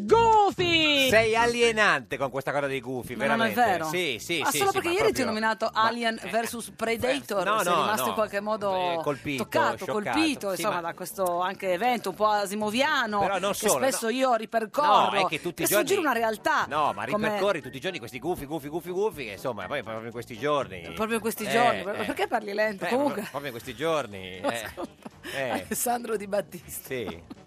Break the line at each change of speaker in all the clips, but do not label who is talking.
Goofy!
Sei alienante con questa cosa dei gufi,
No, no, ma è
veramente.
vero.
Sì, sì,
ah,
sì,
solo
sì,
perché
ma
ieri ti ho
proprio-
nominato Alien vs Predator,
no,
sei
no,
rimasto
no.
in qualche modo
Eh, colpito,
toccato,
scioccato.
colpito,
Sì,
insomma,
ma-
da questo anche evento un po' asimoviano
Però non
che
solo,
spesso
no.
io ripercorro,
No, è che tutti i giorni-
sfuggire una realtà.
No, ma
come-
ripercorri tutti i giorni questi gufi, gufi, gufi, gufi, che insomma, poi proprio in questi giorni.
proprio in questi
Eh,
giorni,
eh.
proprio- perché parli lento?
Eh,
Comunque
proprio- Proprio in questi giorni. Eh. Eh,
Alessandro Di Battista.
sì.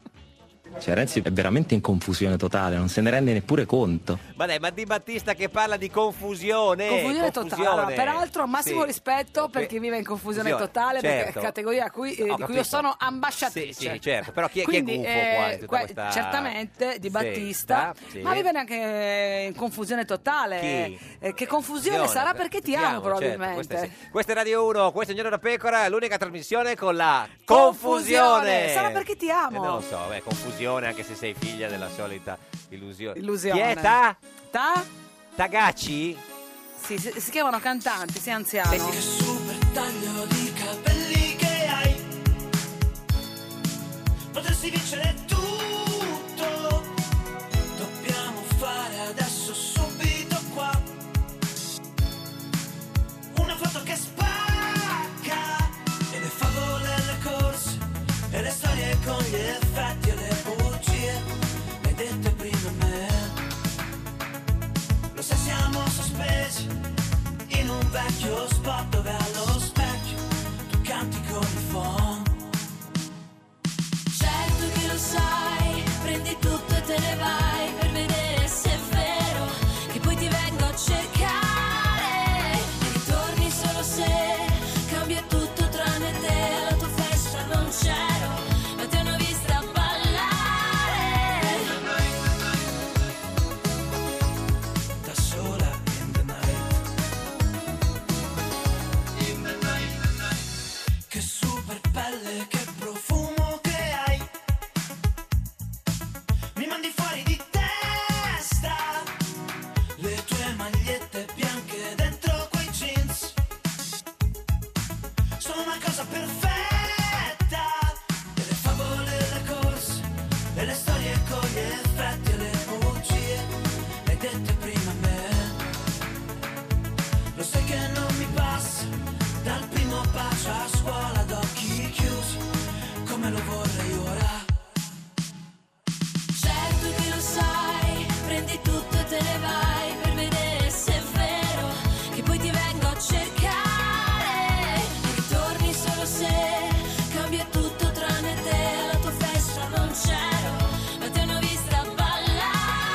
Cioè Renzi è veramente in confusione totale, non se ne rende neppure conto.
Ma dai, ma Di Battista che parla di Eh, confusione.
Confusione totale, Allora, peraltro massimo
Sì.
rispetto per chi vive in confusione
Confusione,
totale, perché
certo.
è categoria a cui, eh,
Ho
di cui
capito.
io sono ambasciatrice.
Sì, sì, certo. Però chi è, chi è
cioè, Quindi,
gufo
eh,
qua in tutta
que-
questa-
certamente Di
Sì,
Battista,
sì.
ma vive anche in confusione totale.
Chi?
Eh, che confusione sarà perché ti amo
Certo,
probabilmente.
questa, è, sì. Questa è Radio 1, questo è Un Giorno da Pecora, è l'unica trasmissione con la
Confusione!
confusione.
Sarà perché ti amo.
Eh, non lo so, beh, confusione anche se sei figlia della solita illusione.
Illusione.
Chi è Ta?
Ta?
Tagacci?
Sì, si, si chiamano cantanti, sei anziano.
taglio di capelli che hai potresti vincere tutto dobbiamo fare adesso subito qua una foto che spacca e le favole e le corse e le storie con gli effetti e le bugie le hai dette prima a me lo sai siamo sospesi in un vecchio spot dove allo specchio tu canti con il phon.
Certo che lo sai, prendi tutto e te ne vai per vedere se è vero che poi ti vengo a cercare. E ritorni solo se cambia tutto tranne te, la tua festa non c'ero, ma ti hanno vista ballare.
Da sola in the night In the night Che super pelle, che profumo che hai Mi mandi fuori di testa Le tue magliette bianche dentro quei jeans Sono una cosa perfetta E le favole, le corse E le storie con gli effetti e le bugie le hai dette prima a me Lo sai che non mi passa Dal primo bacio a scuola ad occhi chiusi Come lo vorrei ora
Certo che lo sai, prendi tutto e te ne vai per vedere se è vero che poi ti vengo a cercare. E ritorni solo se cambia tutto tranne te, la tua festa non c'ero, ma ti hanno vista ballare.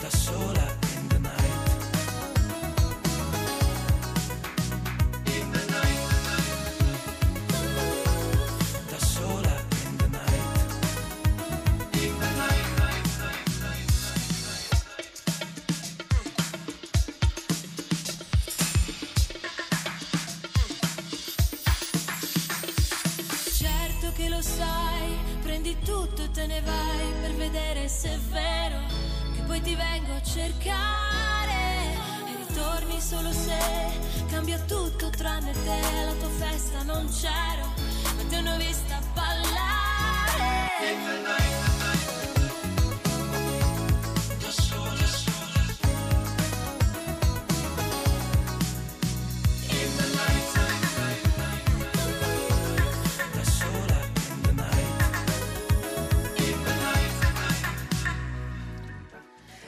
Da sola in the night In the night Da sola in the night In the night
Certo che lo sai, prendi tutto e te ne vai per vedere se è vero che poi ti vengo a cercare e ritorni solo se cambia tutto tranne te, la tua festa non c'ero, ma ti hanno vista ballare.
Da sola sola In the night Da sola in the night In the night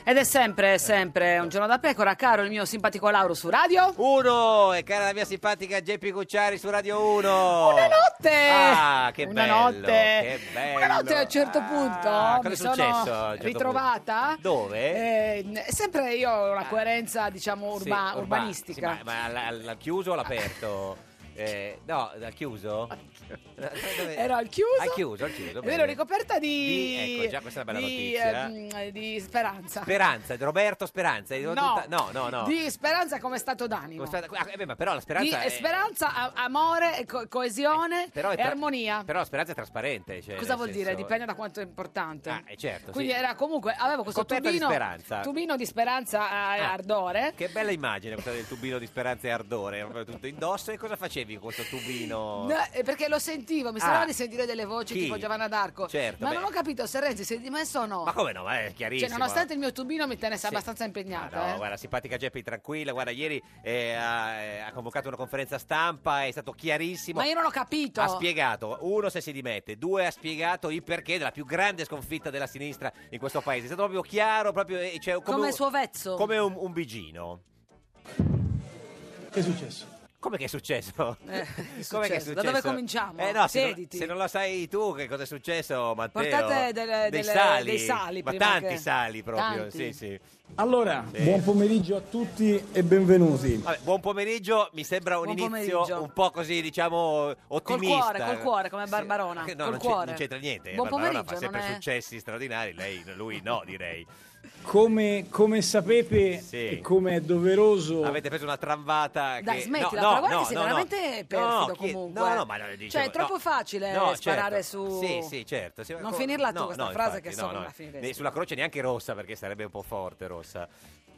Ed è
Eh.
sempre, sempre un giorno da pecora, caro il mio simpatico Lauro su radio.
Uno! E cara la mia simpatica Geppi Cucciari su Radio 1. Una
notte!
Ah, che
Una
bello!
notte.
Che bello!
Una notte a un certo punto
Ah, cosa è
mi
successo a un
sono
certo
ritrovata.
punto? Dove?
Eh, n- sempre io ho una coerenza, diciamo, urba-
Sì, urba-
urbanistica.
sì, ma ma l'ha, l'ha chiuso o l'ha aperto? Eh, no, ha chiuso? Dove-
Ero al chiuso.
Al chiuso, al chiuso.
Me l'ho
bene.
ricoperta di.
Di- ecco, già questa è una bella
di,
notizia.
ehm, di Speranza.
Speranza, Roberto Speranza.
No.
tutta- no, no, no.
Di Speranza come stato d'animo.
Come sta- ah, eh, beh, ma però la
Di
speranza è, Eh,
speranza, a- amore, co- coesione
però è
e
tra-
armonia.
però la speranza è trasparente. cioè,
Cosa
nel
vuol dire?
senso-
Dipende da quanto è importante.
Ah, eh, certo,
Quindi
sì.
era comunque avevo questo
Coperta di
tubino
speranza.
tubino di speranza eh,
Ah.
ardore.
Che bella immagine questa del tubino di speranza e ardore, eh, proprio tutto indosso. E cosa facevi con questo tubino?
No, eh, perché lo sentivo, mi
Ah.
sembrava di sentire delle voci
Chi?
tipo Giovanna d'Arco.
Certo,
ma
beh.
non ho capito se Renzi si è dimesso o no.
Ma come no? Ma è chiarissimo.
Cioè, nonostante il mio tubino mi tenesse
Sì.
abbastanza
Ah,
impegnata.
no,
eh.
guarda, simpatica Geppi, tranquilla. Guarda, ieri eh, ha, eh, ha convocato una conferenza stampa, è stato chiarissimo.
Ma io non ho capito.
Ha spiegato, uno, se si dimette, due, ha spiegato il perché della più grande sconfitta della sinistra in questo paese. È stato proprio chiaro, proprio, eh, cioè, come,
Come
un-
il suo vezzo.
come un, un bigino.
Che è successo?
Come che è successo? Come che è
Eh, successo? Da dove cominciamo?
Eh, no, se, non,
Siediti.
se non lo sai tu che cosa è successo, Matteo.
Portate
dei
delle- delle-
sali.
dei sali
Ma
prima
tanti
che-
sali proprio,
Tanti.
sì, sì.
Allora,
Sì.
buon pomeriggio a tutti e benvenuti.
Vabbè, buon pomeriggio, mi sembra un
Buon
inizio
pomeriggio.
un po' così, diciamo,
Col
ottimista.
cuore, col cuore, come Barbarona.
No,
col
non, c'è-
cuore.
non c'entra niente.
Buon
Barbarona
pomeriggio,
fa sempre
non è-
successi straordinari, lei, lui no, direi.
Come, come sapete
Sì.
e come è doveroso,
Avete preso una tramvata
Dai,
che...
smettila,
no, no,
però guarda
no,
sei
no, no.
veramente
no,
perfido
chi-
comunque.
No, no, ma no, dicevo-
Cioè, è troppo
no.
facile
No,
sparare
certo.
su...
Sì, sì, certo. Sì,
Non
co-
finirla tu
no,
questa
no,
frase
infatti, no,
che so
no.
come la finiresti.
Né- Sulla croce neanche rossa perché sarebbe un po' forte rossa.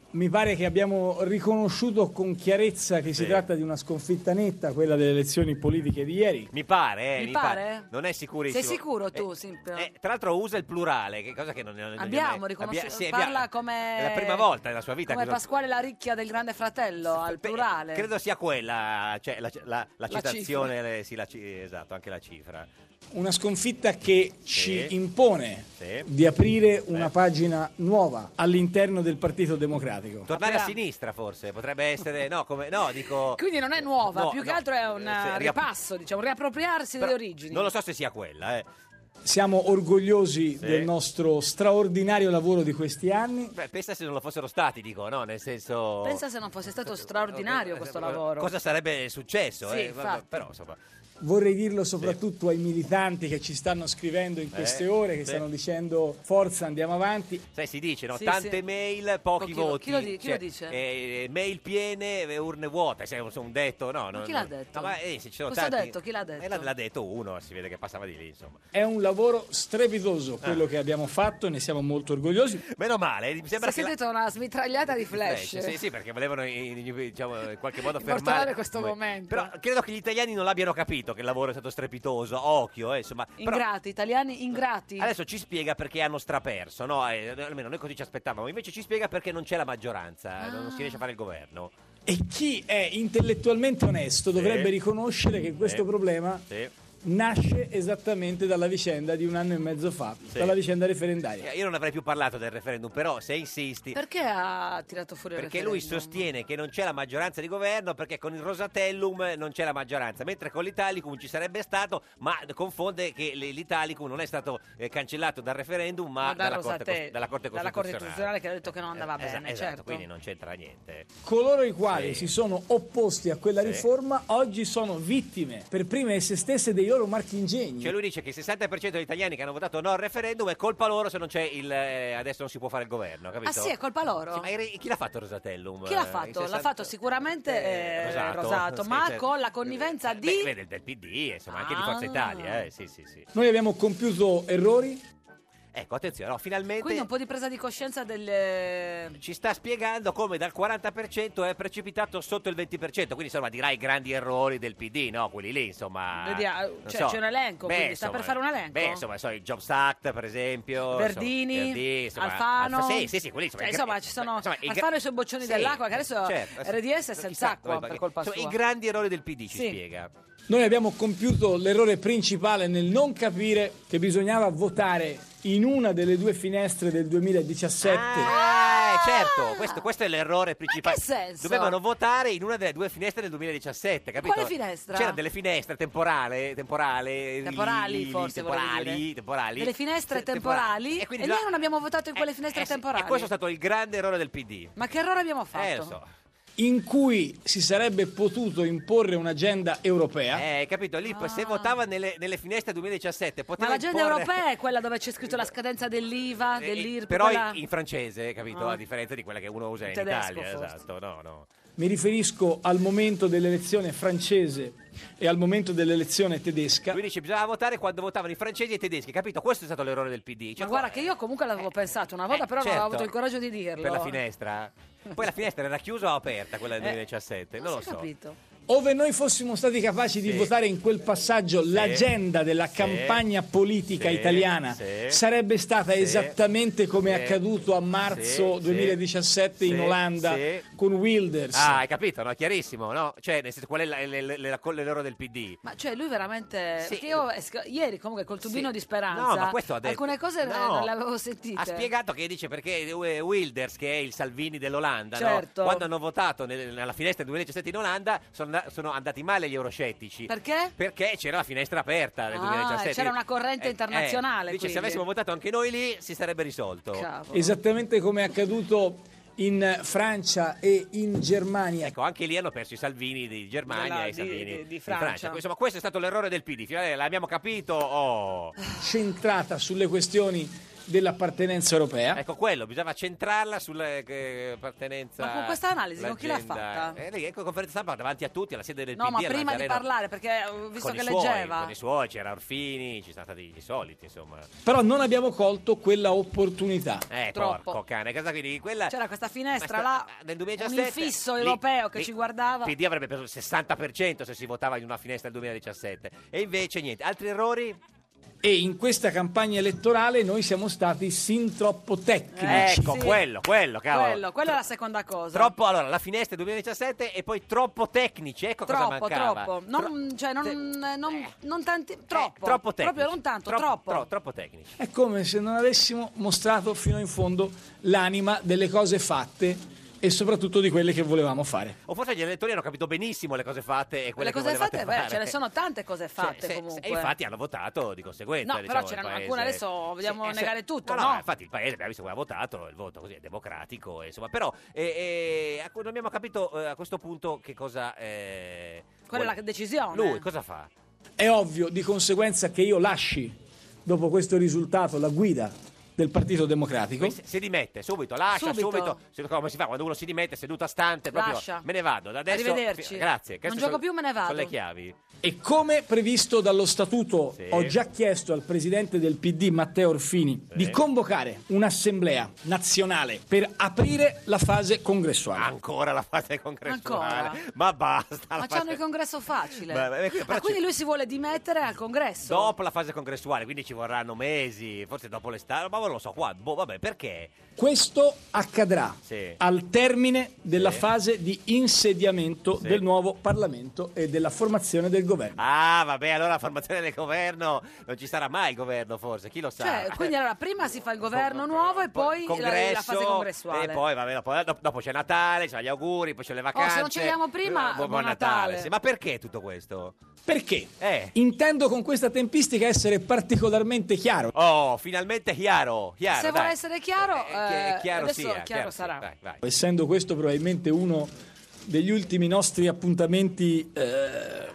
mi pare che abbiamo riconosciuto con chiarezza che
Sì.
si tratta di una sconfitta netta, quella delle elezioni politiche di ieri.
Mi pare, eh,
Mi
mi
pare?
Non è sicurissimo.
Sei sicuro tu,
Eh,
Simpio?
eh, tra l'altro usa il plurale, che cosa che non, non non gli è
Abbiamo
mai-
riconosciuto,
abbia- sì, abbia-
parla come...
È la prima volta nella sua vita
Come
che usa-
Pasquale la ricchia del grande fratello, al
Beh,
plurale.
Credo sia quella, cioè, la, la- la
La
citazione, eh, sì, la ci- esatto, anche la cifra.
Una sconfitta che ci impone
Sì.
di aprire una
Eh.
pagina nuova all'interno del Partito Democratico.
Tornare
Però-
a sinistra forse, potrebbe essere, no, come, no, dico...
Quindi non è nuova,
No,
più che
no,
altro è un
eh, se-
eh,
riap-
ripasso, diciamo, riappropriarsi delle
però
origini.
Non lo so se sia quella, eh.
Siamo orgogliosi
Sì.
del nostro straordinario lavoro di questi anni.
Beh, pensa se non lo fossero stati, dico, no, nel senso...
Pensa se non fosse stato straordinario questo lavoro.
eh, Cosa sarebbe successo?
Sì,
eh, vabbè,
infatti.
Però, insomma...
Vorrei dirlo soprattutto ai militanti che ci stanno scrivendo in queste
Eh,
ore, che
sì.
stanno dicendo forza, andiamo avanti.
Sai, si dice, no?
Sì,
Tante
sì.
mail, pochi
Pochi vo-
voti.
chi lo di- chi lo dice?
eh, mail piene, eh, urne vuote. Sai, un, un detto, no? no,
chi
no.
l'ha detto?
No, ma eh, sì, ci sono
Questo ha
tanti.
detto, chi l'ha detto?
Eh, l'ha, l'ha detto uno, si vede che passava di lì, insomma.
È un lavoro strepitoso quello
Ah.
che abbiamo fatto, ne siamo molto orgogliosi.
Meno male, mi sembra
Si
che... la-
sentito una smitragliata di flash.
Sì, sì, perché volevano in, in- diciamo, in qualche modo
Portare
fermare
questo
Come-
momento.
Però credo che gli italiani non l'abbiano capito che il lavoro è stato strepitoso, occhio, eh, insomma. Però
Ingrati, italiani ingrati.
adesso ci spiega perché hanno straperso, no? Eh, almeno noi così ci aspettavamo. Invece ci spiega perché non c'è la maggioranza, eh,
Ah.
non si riesce a fare il governo.
E chi è intellettualmente onesto dovrebbe riconoscere che questo
Sì.
problema
Sì.
nasce esattamente dalla vicenda di un anno e mezzo fa,
Sì.
dalla vicenda referendaria.
Eh, Io non avrei più parlato del referendum, però se insisti.
Perché ha tirato fuori il
Perché lui
referendum?
sostiene che non c'è la maggioranza di governo perché con il Rosatellum non c'è la maggioranza, mentre con l'Italicum ci sarebbe stato, ma confonde che l- l'Italicum non è stato eh, cancellato dal referendum, ma,
Ma da
dalla, corte,
Rosatellum,
Cos- dalla Corte
dalla Corte
Costituzionale.
Costituzionale che ha detto che non andava
Eh, esa-
bene,
esatto,
certo.
quindi non c'entra niente.
Coloro i quali
Sì.
si sono opposti a quella
Sì.
riforma oggi sono vittime per prime e se stesse dei loro marchingegni.
Cioè lui dice che il 60% degli italiani che hanno votato no al referendum è colpa loro se non c'è il eh, adesso non si può fare il governo, capito?
Ah sì, è colpa loro?
Sì, ma i re- chi l'ha fatto Rosatellum?
Chi l'ha
Eh,
fatto?
il
L'ha
60
fatto sicuramente eh, Rosato,
Sì,
ma
certo.
con la connivenza
Beh,
di...
beh, del, del PD, insomma, anche di
Ah.
Forza Italia, eh, sì, sì, sì.
Noi abbiamo compiuto errori,
Ecco, attenzione, no, finalmente Ah,
Quindi un po' di presa di coscienza del...
ci sta spiegando come dal 40% è precipitato sotto il 20%, quindi insomma dirai grandi errori del PD, no? Quelli lì, insomma.
Vediamo,
non
cioè, c'è un elenco, quindi sta per fare un elenco?
Beh, insomma, so, il Jobs Act, per esempio.
Ecco. Verdini,
insomma, Verdini, insomma,
Alfano,
Alfa- sì, sì, sì, quelli, insomma,
Cioè,
i gra-
insomma, ci sono
insomma, i gra-
Alfano e i suoi boccioni
Sì,
dell'acqua, che adesso
certo.
RDS è
Chissà
senza acqua
dove-
per colpa
insomma,
sua.
I grandi errori del PD ci
Sì.
spiega.
noi abbiamo compiuto l'errore principale nel non capire che bisognava votare in una delle due finestre del 2017.
Ah, eh, certo, questo, questo è l'errore principale.
che senso?
Dovevano votare in una delle due finestre del 2017, capito?
Quale finestra?
C'erano delle finestre temporale, temporale,
Temporali,
lì, lì,
forse, volevi
temporali,
dire.
temporali.
Delle finestre
Se-
temporali?
quindi
E
là-
noi non abbiamo votato in quelle
Eh,
finestre
eh sì,
temporali.
E questo è stato il grande errore del PD.
Ma che errore abbiamo fatto?
Eh, lo so.
in cui si sarebbe potuto imporre un'agenda europea.
Eh, hai capito? Lì poi se votava nelle, nelle finestre 2017
Ma
poteva
l'agenda
imporre-
europea è quella dove c'è scritto la scadenza dell'IVA,
Eh,
dell'IRP,
però
quella-
in, in francese, capito?
Ah.
A differenza di quella che uno usa in
Tedesco,
Italia,
forse.
esatto, no, no.
Mi riferisco al momento dell'elezione francese e al momento dell'elezione tedesca.
Lui dice bisognava votare quando votavano i francesi e i tedeschi, capito? Questo è stato l'errore del PD. Cioè,
Ma guarda che io comunque l'avevo pensato una volta, però non
Eh, certo.
avevo avuto il coraggio di dirlo.
per la finestra. Poi la finestra era chiusa o aperta quella del
Eh,
2017? Non,
non
lo
si
so.
è capito.
Ove noi fossimo stati capaci di
Sì.
votare in quel passaggio l'agenda della campagna politica
Sì.
italiana
Sì.
sarebbe stata
Sì.
esattamente come è
Sì.
accaduto a marzo
Sì.
2017 in
Sì.
Olanda
Sì.
con Wilders.
Ah, hai capito, no? Chiarissimo, no? Cioè, nel senso, qual è la- le- le- le- la- l'errore del PD?
Ma cioè lui veramente... Perché io esco- ieri comunque col tubino
Sì.
di speranza...
No, ma questo ha detto.
Alcune cose ne-
No.
non le avevo sentite.
Ha spiegato che dice perché eh, Wilders, che è il Salvini dell'Olanda, no?
Certo.
quando hanno votato nel- nella finestra del 2017 in Olanda sono, sono andati male gli euroscettici.
Perché?
Perché c'era la finestra aperta nel
Ah,
2017.
c'era una corrente
Eh,
internazionale,
eh, dice
quindi.
se avessimo votato anche noi lì si sarebbe risolto.
Esattamente come è accato in Francia e in Germania.
Ecco, anche lì hanno perso i Salvini di Germania
Della-
e i
di-
Salvini
di- di Francia.
Francia. Insomma, questo è stato l'errore del PD. Finalmente L'abbiamo capito. Oh.
centrata sulle questioni dell'appartenenza europea.
Ecco quello, bisognava centrarla sull'appartenenza.
Ma con questa analisi, con chi l'ha fatta?
Eh, lei, ecco, conferenza stampa davanti a tutti, alla sede del
No,
PD.
ma
alla
prima di
Nazareno,
parlare, perché ho visto
con
che
i suoi,
leggeva...
Con i suoi, c'era Orfini, ci sono stati i soliti, insomma.
Però non abbiamo colto quella opportunità.
Eh,
Troppo.
porco cane. Cosa quindi? Quella...
C'era questa finestra
Questa-
là,
nel
un
2017,
infisso
lì-
europeo che
lì-
ci guardava.
PD avrebbe preso il 60% se si votava in una finestra del 2017. E invece niente. Altri errori?
E in questa campagna elettorale noi siamo stati sin troppo tecnici.
Ecco, quello, quello, cavolo.
Eh, Quello, quella è la seconda cosa.
Troppo, allora, la finestra del 2017 e poi troppo tecnici. Ecco cosa
troppo,
mancava. Eh,
troppo. Non, cioè, non, non, non tanti, troppo.
troppo tecnici.
Proprio non tanto,
Troppo-
troppo.
tro- troppo tecnici.
È come se non avessimo mostrato fino in fondo l'anima delle cose fatte e soprattutto di quelle che volevamo fare.
O forse gli elettori hanno capito benissimo le cose fatte e
Le
quelle che
cose
volevate
fatte, beh,
fare. Cioè,
ce ne sono tante cose fatte
Se- se-
comunque.
E infatti hanno votato di conseguenza.
No,
diciamo,
però
il
c'erano
paese.
alcune, adesso vogliamo
Eh, se-
negare tutto,
no,
no?
infatti il paese, abbiamo visto come ha votato, il voto così è democratico, eh, insomma. Però eh, eh, a cui non abbiamo capito eh, a questo punto che cosa... eh,
Quella è
vuole-
la decisione.
Lui cosa fa?
È ovvio di conseguenza che io lasci, dopo questo risultato, la guida del Partito Democratico.
Lui si, si dimette subito, lascia
Subito.
subito. Se- come si fa quando uno si dimette seduto a stante? Proprio,
Lascia.
Me ne vado. da Adesso,
Arrivederci.
fi- grazie.
Non
queste
gioco
sono-
più, me ne vado.
Sono le chiavi.
E come previsto dallo statuto,
Sì.
ho già chiesto al presidente del PD Matteo Orfini di convocare un'assemblea nazionale per aprire la fase congressuale.
Ancora la fase congressuale.
Ancora?
Ma basta. la
Ma
fase-
c'hanno il congresso facile.
Beh, beh, qui- però
ah, quindi lui si vuole dimettere al congresso.
Dopo la fase congressuale, quindi ci vorranno mesi, forse dopo l'estate, ma non lo so qua. Boh, vabbè, perché?
Questo accadrà
Sì.
al termine della
Sì.
fase di insediamento
Sì.
del nuovo Parlamento e della formazione del governo.
Ah, vabbè, allora la formazione del governo non ci sarà mai il governo, forse, chi lo sa. eh.
Cioè, quindi allora prima si fa il governo nuovo e poi la- la,
Congresso,
fase congressuale. Oh,
E poi, vabbè, dopo, dopo- dopo c'è Natale, c'è gli auguri, poi c'è le vacanze.
se non ci vediamo prima,
Eh, buon,
buon
Natale.
Natale.
Sì, ma perché tutto questo?
Perché?
Eh.
Intendo con questa tempistica essere particolarmente chiaro.
Oh, finalmente chiaro, chiaro.
se
dai.
vuole essere chiaro,
Chi-
eh,
chiaro
adesso
sia, sia,
chiaro, sarà.
vai, vai.
essendo questo probabilmente uno degli ultimi nostri appuntamenti eh,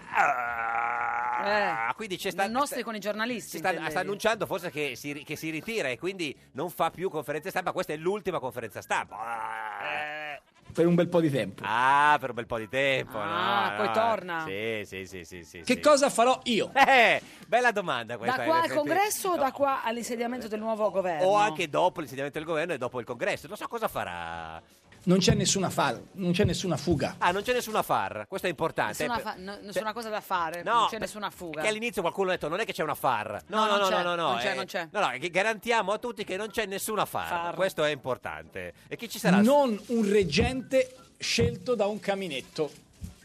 Eh,
Ah, quindi c'è sta-
i nostri
sta-
con i giornalisti.
Si sta,
intendevi.
sta annunciando forse che si, ri- che si ritira e quindi non fa più conferenze stampa. Questa è l'ultima conferenza stampa. Ah,
per un bel po' di tempo.
Ah, per un bel po' di tempo.
Ah,
no,
poi
no.
torna.
Sì, sì, sì, sì. sì,
Che
sì.
cosa farò io?
Eh, bella domanda questa.
Da
in
qua al
effetti.
congresso o
No,
da qua all'insediamento del nuovo governo?
O anche dopo l'insediamento del governo e dopo il congresso. Non so cosa farà.
Non c'è nessuna fa- non c'è nessuna fuga.
Ah, non c'è nessuna far. Questo è importante.
Nessuna,
Eh, per-
fa- no- nessuna cosa da fare,
No,
non c'è
per-
nessuna fuga.
Che all'inizio qualcuno ha detto non è che c'è una far. No,
No,
no,
non
no,
c'è,
no, no, no,
non c'è,
eh,
non c'è.
No, no, che garantiamo a tutti che non c'è nessuna far.
Far.
Questo è importante. E chi ci sarà?
Non un reggente scelto da un caminetto.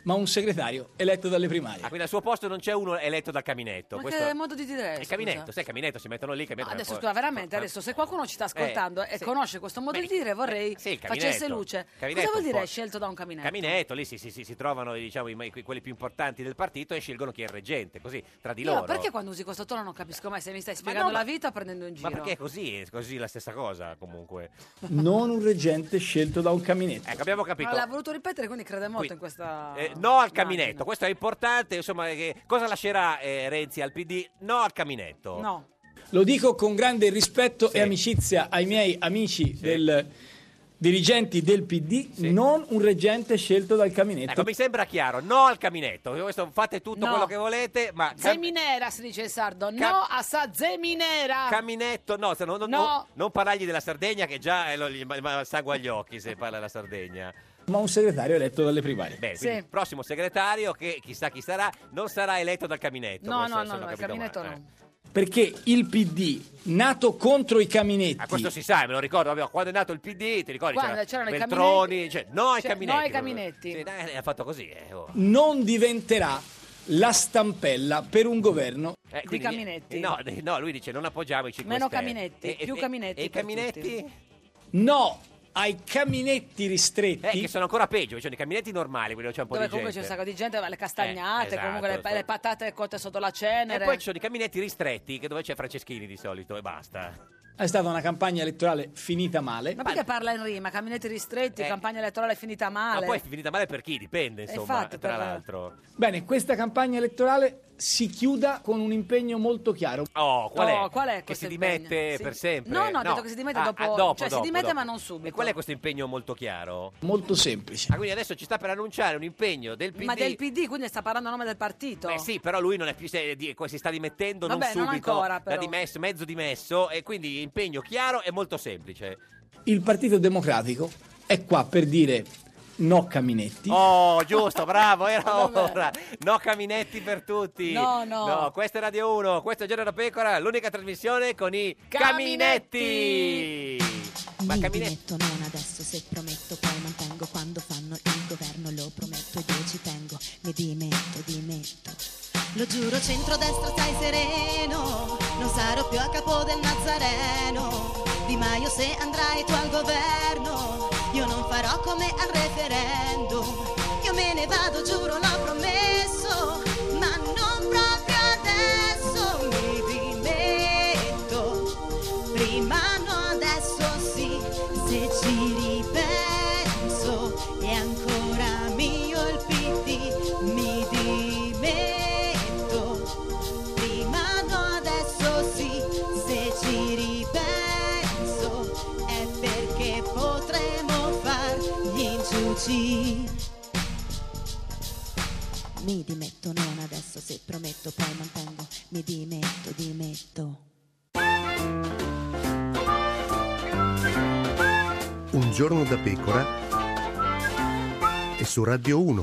ma un segretario eletto dalle primarie.
Ah, quindi al suo posto non c'è uno eletto dal caminetto.
Ma
questo- Eh,
che modo di dire?
Il
scusa?
caminetto, sai, il caminetto si mettono lì. il
No,
Caminetto
adesso
poi-
scusa, veramente,
Ma-
adesso se qualcuno ci sta ascoltando
Eh,
e
sì. Eh,
conosce questo modo di dire, vorrei
sì, il caminetto.
facesse luce.
Caminetto
Cosa vuol
un
dire
po'.
scelto da un caminetto?
Caminetto, lì si, si- si- si trovano diciamo, i ma- que- quelli più importanti del partito e scelgono chi è il reggente, così tra di
Io
loro.
perché quando usi questo tono non capisco mai se mi stai
no,
spiegando
ma-
la vita o prendendo in giro?
Ma perché è così? È così la stessa cosa, comunque.
Non un reggente scelto da un caminetto.
Ecco, abbiamo
Ma
capito.
l'ha voluto ripetere, quindi crede molto
Qui-
in questa...
Eh, no al caminetto, questo è importante. Insomma, che- cosa lascerà eh, Renzi al PD? No al caminetto.
No.
Lo dico con grande rispetto e amicizia ai miei amici del- dirigenti del PD, non un reggente scelto dal caminetto.
Ecco, mi sembra chiaro, no al caminetto. Questo fate tutto
No.
quello che volete, ma Eh, cam-
Zeminera si dice in sardo. No, a sa zeminera.
caminetto no, se no, no,
No.
no, non parlargli della Sardegna che già eh, lo- gli ma- ma- sangue agli occhi se parla della Sardegna.
Ma un segretario eletto dalle primarie.
Bene,
Sì.
quindi il prossimo segretario che chissà chi sarà non sarà eletto dal caminetto.
No,
questo
no,
se
no,
non ho
no, il
capito
caminetto
male, eh.
no.
Perché il PD, nato contro i caminetti,
Ah, questo si sa, me lo ricordo, vabbè, quando è nato il PD, ti ricordi?
Guarda,
c'era
c'erano i
Veltroni, cioè, no ai
Cioè,
caminetti.
no ai
proprio.
caminetti.
Sì, dai, ha fatto così. eh, oh.
non diventerà la stampella per un governo
Eh, quindi-
caminetti.
eh, No, eh, no, lui dice non appoggiamo i 5
Meno
Stelle.
caminetti,
E- e-
più
e-
caminetti
E i
per
caminetti?
No, ai caminetti ristretti.
Eh, che sono ancora peggio, cioè, i caminetti normali, quelli dove c'è un po'
Dove
di gente.
comunque c'è un sacco di gente, le castagnate,
Eh, esatto,
comunque le,
esatto.
le patate cotte sotto la cenere.
E poi ci sono i caminetti ristretti, che dove c'è Franceschini di solito, e basta.
È stata una campagna elettorale finita male.
Ma perché parla in rima? Caminetti ristretti,
Eh.
campagna elettorale finita male.
Ma poi è finita male per chi? Dipende,
Eh,
insomma,
infatti,
tra
per-
l'altro.
Bene, questa campagna elettorale si chiuda con un impegno molto chiaro.
Oh, qual è?
Oh, qual è
che
questo
si
impegno?
dimette
Sì.
per sempre?
No, no, ha detto che si dimette
Ah,
dopo-
ah,
cioè, si dimette, ma non subito.
E qual è questo impegno molto chiaro?
Molto semplice.
Ah, quindi adesso ci sta per annunciare un impegno del PD.
Ma del PD, quindi sta parlando a nome del partito.
Beh sì, però lui non è più se- di- si sta dimettendo
Vabbè,
non
non
subito,
ancora, però.
da dimesso, mezzo dimesso e quindi impegno chiaro e molto semplice.
Il Partito Democratico è qua per dire no caminetti.
Oh, giusto, bravo, era ora. No caminetti per tutti.
No, no.
questa è Radio 1, questo è Giorno da Pecora, l'unica trasmissione con i caminetti. Ma
Mi
caminetti
dimetto non adesso se prometto poi mantengo quando fanno il governo lo prometto ed io ci tengo mi dimetto dimetto
Lo giuro, centrodestra stai sereno, non sarò più a capo del Nazareno. Di Maio se andrai tu al governo, io non farò come al referendum. Io me ne vado, giuro, l'ho promesso, ma non proprio adesso mi dimetto. Prima no, adesso sì, se ci ripenso, e ancora mio il PD, mi dimetto. Prima no, adesso sì, se ci ripenso è perché potremo far gli inciuci.
mi dimetto non adesso se prometto poi mantengo mi dimetto dimetto
Un giorno da pecora e su Radio 1.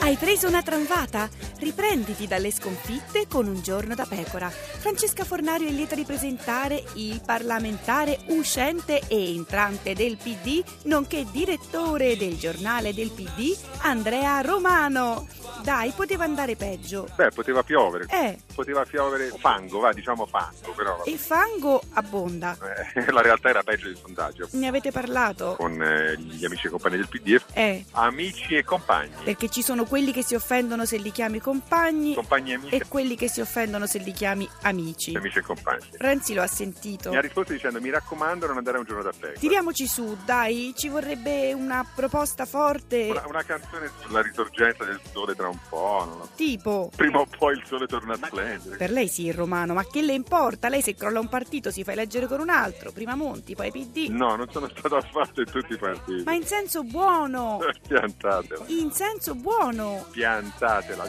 Hai preso una tramvata? Riprenditi dalle sconfitte con un giorno da pecora. Francesca Fornario è lieta di presentare il parlamentare uscente e entrante del PD, nonché direttore del giornale del PD, Andrea Romano. Dai, poteva andare peggio.
Beh, poteva piovere.
Eh.
Poteva piovere fango, va, diciamo fango, però vabbè.
Il fango abbonda.
Eh, la realtà era peggio del sondaggio.
Ne avete parlato?
Con eh, gli amici e compagni del PDF,
Eh,
amici e compagni,
perché ci sono quelli che si offendono se li chiami compagni
compagni e amici,
e quelli che si offendono se li chiami amici.
amici e compagni.
Renzi lo ha sentito.
Mi ha risposto dicendo: Mi raccomando, non andare un giorno da pecora.
Tiriamoci su, dai, ci vorrebbe una proposta forte.
Una, una canzone sulla risorgenza del sole tra un po', non lo so.
Tipo,
Prima o poi il sole torna a splendere.
per lei sì, il romano, ma che le importa? Lei se crolla un partito si fa eleggere con un altro, prima Monti, poi PD.
No, non sono stato affatto in tutti i partiti.
Ma in senso buono!
Piantatela.
In senso buono!
Piantatela.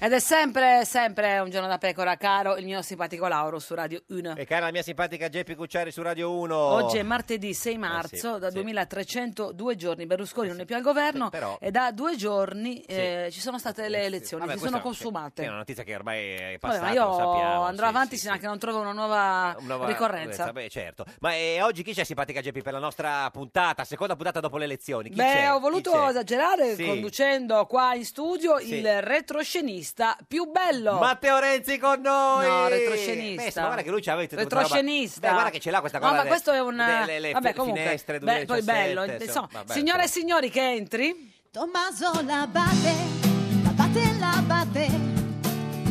Ed è sempre, sempre un giorno da pecora, caro il mio simpatico Lauro su Radio 1.
E cara la mia simpatica Geppi Cucciari su Radio 1.
Oggi è martedì 6 marzo,
sì,
da
sì. Eh,
2302 giorni Berlusconi non è più al governo
però-
e da due giorni eh, ci sono state le elezioni,
Vabbè,
si
questa-
sono consumate.
Sì, è una notizia che ormai è
Vabbè,
passata,
ma io
lo sappiamo.
andrò avanti sino a che non trovo una nuova,
Una nuova
ricorrenza.
Beh, certo. Ma eh, oggi chi c'è simpatica Geppi per la nostra puntata, seconda puntata dopo le elezioni? Chi
Beh,
c'è?
ho
Chi
voluto
c'è?
esagerare
Sì.
conducendo qua in studio
Sì.
il retroscenista più bello.
Matteo Renzi con noi!
No,
Beh, insomma,
retroscenista.
guarda che lui ci avete
Retroscenista.
Beh, guarda che ce l'ha questa cosa.
No, ma
le-
questo è un
le- le
vabbè,
fi-
comunque,
finestre
beh, poi
2017,
bello, insomma,
vabbè,
signore e signori che entri.
Tommaso l'abate, l'abate, l'abate,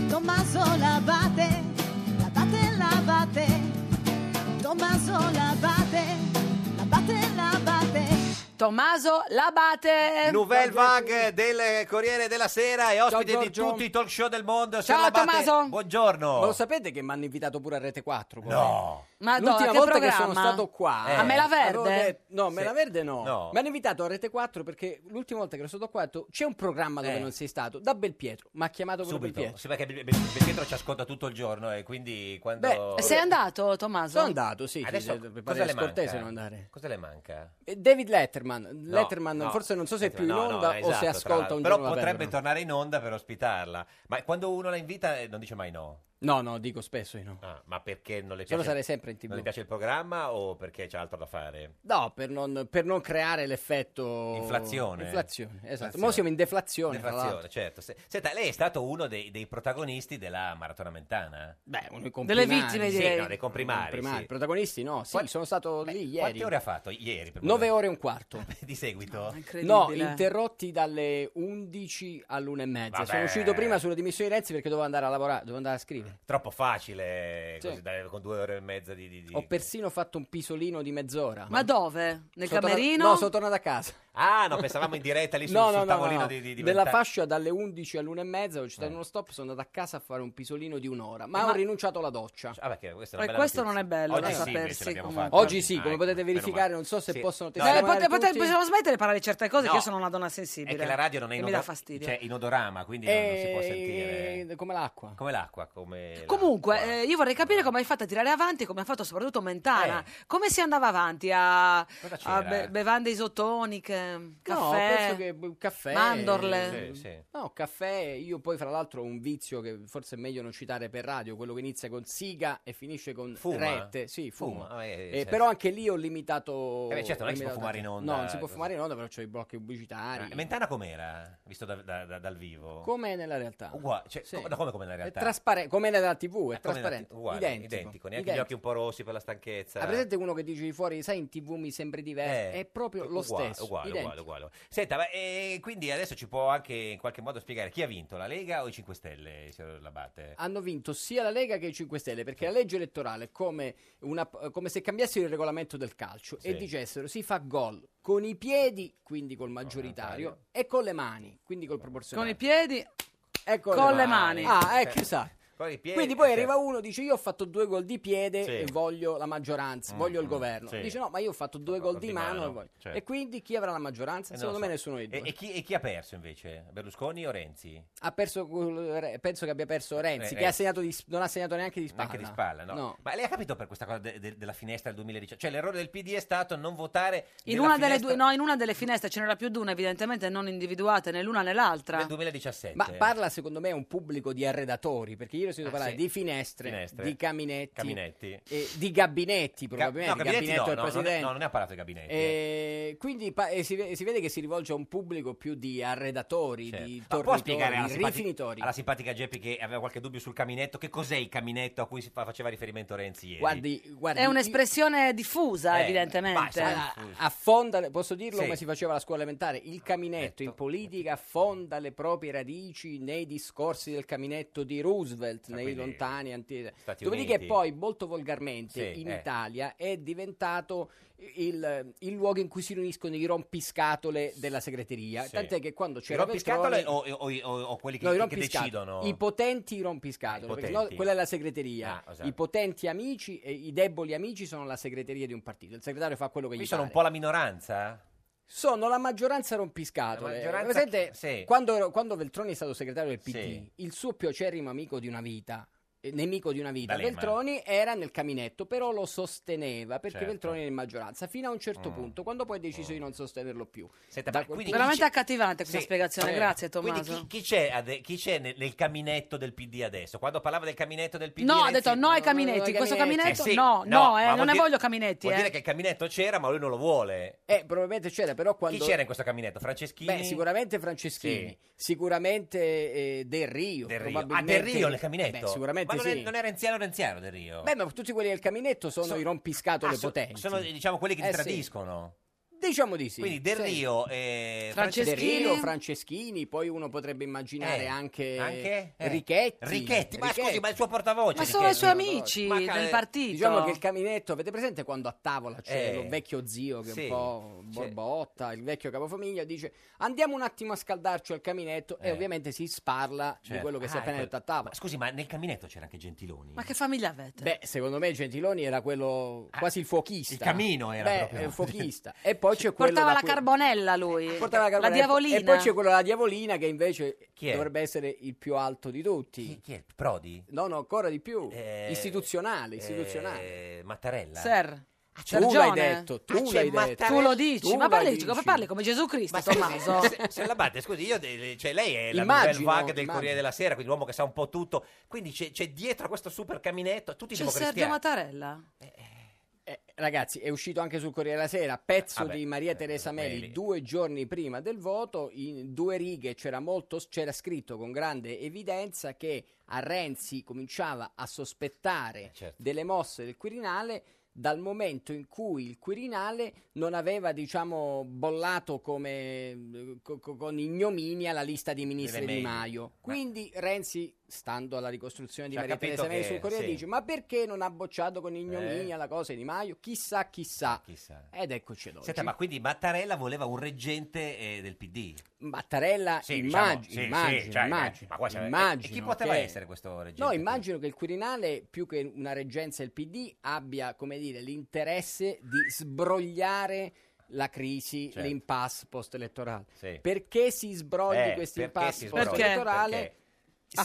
Tommaso l'abate, l'abate, l'abate, Tommaso l'abate, l'abate, l'abate.
Tommaso Labate.
Nouvelle vague del Corriere della Sera e ospite
Ciao,
di
Giorgio.
tutti i talk show del mondo.
Ciao,
Signor Abate,
Tommaso.
Buongiorno.
Ma lo sapete che mi hanno invitato pure a Rete 4? poi?
No.
Ma dove,
L'ultima
che
volta che sono
programma?
stato qua
Eh.
A Mela Verde?
avevo detto- No, Mela
Sì.
Verde no.
No.
Mi hanno invitato a Rete 4 perché l'ultima volta che ero stato qua ho detto, c'è un programma dove
Eh.
non sei stato, da Belpietro. Mi ha chiamato pure
Subito.
Belpietro.
Sì, perché Be- Be- Be- Pietro ci ascolta tutto il giorno e quindi quando...
Beh,
Sei andato, Tommaso?
Sono andato, sì.
Adesso
sì, per
cosa le
scortese
manca?
non andare.
Cosa le manca?
E David Letterman, Letterman
no.
forse non so se è più in
No, no,
onda o
esatto,
se
tra
ascolta
l'altro.
un
Però
giorno la
potrebbe
perdono.
tornare in onda per ospitarla. Ma quando uno la invita eh, non dice mai no.
No, no, dico spesso di no.
Ah, ma perché non le
Se no
piace?
sarei sempre in TV.
Non le piace il programma o perché c'è altro da fare?
No, per non, per non creare l'effetto...
Inflazione.
Inflazione, esatto.
Inflazione.
Mo' siamo in deflazione, fra l'altro.
Deflazione, certo. Se- Senta, lei è stato uno dei, dei protagonisti della maratona mentana.
Beh, uno dei comprimari.
Delle vittime, Sì, no, dei comprimari, sì.
Protagonisti no, sì, sono stato lì ieri.
Quante ore ha fatto ieri? per-
9 ore e un quarto.
Di seguito?
No, interrotti dalle 11 all'una e mezza.
Vabbè.
Sono uscito prima sulle dimissioni di Renzi perché dovevo andare a lavorare, dovevo andare a scrivere.
Troppo facile,
Sì.
così, dai, con due ore e mezza di... di- di-
Ho persino fatto un pisolino di mezz'ora.
Ma dove? Nel
Sono tornato-
camerino?
no, sono tornato a casa.
Ah, no, pensavamo in diretta lì sul,
No,
sul
no, no,
tavolino
no, no.
di, Eh. di, di
Nella
vent'anni.
fascia dalle 11 all'una e mezza ho citato uno stop, sono andato a casa a fare un pisolino di un'ora, ma,
Eh, Ma-
ho rinunciato alla doccia.
Ah, perché questa è
E
una bella notizia.
questo non è bello
Oggi
da
sì, invece
sapersi,
l'abbiamo
comunque.
fatto.
Oggi sì,
Ah,
come
ecco,
potete
meno
verificare,
male.
non so se
Sì.
possono
No,
Eh,
testimoniare
pote- pote-
tutti.
possiamo smettere di parlare di certe cose
No.
che io sono una donna sensibile.
È che la radio non è
E
in
mi dà
onda-
fastidio.
Cioè, in odorama, quindi non, non si può sentire.
Eh, Come l'acqua.
Come l'acqua, come... la-
Comunque, eh, io vorrei capire come hai fatto a tirare avanti, come ha fatto soprattutto Mentana.
Eh.
Come si andava avanti a, a be- bevande isotoniche,
No,
caffè,
penso che boh, caffè.
mandorle?
No, caffè. Io poi, fra l'altro, ho un vizio che forse è meglio non citare per radio, quello che inizia con siga e finisce con
Fuma?
rette. Sì, fumo.
Fuma, eh,
Eh,
certo.
Però anche lì ho limitato.
Eh beh, certo, non è che si può
limitato
fumare in
tanto.
onda, eh,
No, non si può
così.
fumare in onda, però ho i blocchi pubblicitari.
Eh, Mentana com'era, visto da- da- da- dal vivo?
Come nella realtà.
Ugua- cioè,
Sì.
co- no, come, come nella
È
realtà?
traspare- come nella TV, è
Eh, Come nella-
trasparente.
uguale,
identico.
identico, neanche gli
identico.
occhi un po' rossi per la stanchezza.
Hai presente uno che dice di fuori, sai, in TV mi sembri diverso?
Eh,
è proprio lo
uguale,
stesso.
Uguale, uguale,
identico.
uguale. Senta, ma eh, quindi adesso ci può anche in qualche modo spiegare chi ha vinto, la Lega o i 5 Stelle, signor Labate?
hanno vinto sia la Lega che i 5 Stelle perché la legge elettorale è come, una- eh, come se cambiassero il regolamento del calcio
Sì.
e dicessero si fa gol con i piedi, quindi col maggioritario, e con le mani, quindi col
Con
proporzionale.
i piedi,
E
con, le mani.
Ecco Ah, ecco, esatto.
Con Eh, i piedi,
Quindi poi
eh,
arriva uno dice io ho fatto due gol di piede
Sì.
e voglio la maggioranza,
Mm,
voglio il
mm,
governo.
sì.
Dice no, ma io ho fatto due gol di
di
mano,
mano,
e, voglio.
certo.
e quindi chi avrà la maggioranza?
Eh, non lo
Secondo
so.
me nessuno dei due.
E, e chi, e chi ha perso invece? Berlusconi o Renzi?
Ha perso, quel- penso che abbia perso Renzi,
Eh,
che ha
Renzi.
segnato di, non ha segnato neanche di spalla.
Neanche di spalla, no.
No.
Ma lei ha capito per questa cosa de- de- della finestra del 2018? Cioè l'errore del PD è stato non votare
In
nella
una, delle
finestra
due, no, in una delle finestre ce n'era più di una, evidentemente non individuate né l'una né l'altra.
del 2017.
Ma parla secondo me un pubblico di arredatori, perché io ho sentito
Ah,
parlare
sì.
di finestre,
Finestre.
di caminetti,
Caminetti.
eh, di gabinetti
Ga-
probabilmente,
no,
il
gabinetti
gabinetto
no,
del
no, non è-
presidente.
no, non ne ha parlato di gabinetti.
Eh, quindi pa- eh, si, ve- si vede che si rivolge a un pubblico più di arredatori,
Certo.
di
Ma può
tornitori,
spiegare alla,
di
simpati-
Ah, rifinitori.
alla simpatica Geppi che aveva qualche dubbio sul caminetto, che cos'è il caminetto a cui si fa- faceva riferimento Renzi ieri?
Guardi, guardi,
È un'espressione diffusa,
Eh,
evidentemente.
Basta, affonda, le- posso dirlo
Mm. Sì. Ecco.
come si faceva alla scuola elementare, il caminetto in politica affonda le proprie radici nei discorsi del caminetto di Roosevelt, nei
Ah, quindi,
lontani antichi.
Stati
Dopodiché
Uniti.
poi molto volgarmente
Sì,
in
eh.
Italia è diventato il, il luogo in cui si riuniscono i rompiscatole della segreteria,
Sì.
tant'è che quando
I
c'era
rompiscatole
Veltroni-
o, o- o- o quelli che,
No, i
che
rompiscatole,
decidono?
I potenti rompiscatole,
Ah, i
perché
potenti.
no, quella è la segreteria.
Ah, esatto.
I potenti amici e i deboli amici sono la segreteria di un partito. Il segretario fa quello che
Qui
gli
sono un
pare.
po' la minoranza?
sono la maggioranza rompiscatole.
La maggioranza-
Presente,
sì.
quando, quando Veltroni è stato segretario del PD,
Sì.
il suo più acerrimo amico di una vita, eh, nemico di una vita,
D'Alema.
Veltroni era nel caminetto, però lo sosteneva perché
Certo.
Veltroni era in maggioranza fino a un certo
Mm.
punto, quando poi ha deciso di non sostenerlo più.
ma
Da quel
quindi
punto-
Veramente accattivante questa
Sì.
spiegazione,
Eh.
grazie
Quindi
Tommaso.
chi, chi c'è, ade- chi c'è nel, nel caminetto del PD adesso? Quando parlava del caminetto del PD...
No, ha
Renzi-
detto no ai caminetti,
ai
questo
caminetti.
caminetto
Eh sì,
no,
no,
no,
ma
eh,
vuol
non ne
dire-
voglio caminetti.
Vuol
eh.
dire che il caminetto c'era, ma lui non lo vuole.
Eh, probabilmente c'era, però quando...
Chi c'era in questo caminetto? Franceschini?
Beh, sicuramente Franceschini,
Sì.
sicuramente eh, Del Rio.
Del Rio.
probabilmente-
Ah, Del Rio nel caminetto?
Beh, sicuramente
Ma non
sì.
è- non è Renziano Renziano Del Rio?
Beh, ma tutti quelli del caminetto sono
Sono-
i rompiscatole
Ah, so-
potenti.
Sono, diciamo, quelli che ti
Eh, sì.
tradiscono.
Diciamo di sì.
Quindi Del
Sì.
Rio eh, e...
Del Rio, Franceschini, poi uno potrebbe immaginare
Eh,
anche,
anche? Eh.
Ricchetti.
Ricchetti, ma scusi, ma il suo portavoce
Ma sono i suoi amici del partito.
Diciamo che il caminetto, avete presente quando a tavola c'è
Eh.
lo vecchio zio che è
Sì.
un po' borbotta, il vecchio capofamiglia, dice andiamo un attimo a scaldarci al caminetto e
Eh.
ovviamente si sparla di
Certo.
quello che si è
Ah,
appena
ecco.
detto a tavola.
Ma Scusi, ma nel caminetto c'era anche Gentiloni?
Ma che famiglia avete?
Beh, secondo me Gentiloni era quello quasi il fuochista.
Ah, il camino
Beh,
era proprio.
il fuochista. E poi c'è quello
Portava
da
la
cui-
carbonella lui,
Portava la carbonara.
Eh, diavolina.
E poi c'è quello della diavolina che invece
è?
dovrebbe essere il più alto di tutti.
Chi è? Prodi?
No, no, ancora di più.
Eh,
istituzionale, istituzionale. Ah,
eh, Mattarella?
Ser.
tu l'hai
Sergione.
detto, tu Ah, c'è l'hai detto. Mattarella.
Tu lo dici,
Tu
ma parli,
lo dici.
parli come Gesù Cristo, Tommaso.
Se, se la batte, scusi, io, de- cioè, lei è la
Immagino,
nouvelle vague del
immagino.
Corriere della Sera, quindi l'uomo che sa un po' tutto. Quindi c'è, c'è dietro a questo super caminetto tutti eh.
C'è
siamo
Sergio
cristiani.
Mattarella.
Eh, Ragazzi, è uscito anche sul Corriere della Sera, pezzo
Ah, beh,
di Maria Teresa Meli,
Meli.
due giorni prima del voto, in due righe c'era, molto, c'era scritto con grande evidenza che a Renzi cominciava a
Eh,
sospettare
certo.
delle mosse del Quirinale dal momento in cui il Quirinale non aveva, diciamo, bollato come, eh, co- co- con ignominia la lista di ministri
Delle
di
Meli.
Maio. Quindi Renzi, stando alla ricostruzione di
Cioè, ha
Maria
capito
Teresa Meli
che-
sul Corriere,
sì.
dice ma perché non ha bocciato con ignominia
Eh.
la cosa di Maio? Chissà, chissà.
Chissà.
Ed eccoci ad oggi.
Senta, ma quindi Mattarella voleva un reggente eh, del PD.
Mm, Mattarella,
Sì,
immag-
diciamo, sì,
Cioè, immagino,
sì, cioè,
immagino,
eh, ma qua c'è-
immagino
e chi poteva
che-
essere questo reggente
No,
qui?
immagino che il Quirinale, più che una reggenza del PD, abbia, come dire, l'interesse di sbrogliare la crisi,
Certo.
l'impasse post-elettorale.
Sì.
Perché si sbrogli
Eh,
questo
perché si
impasse
sbrogli?
post-elettorale?
Perché?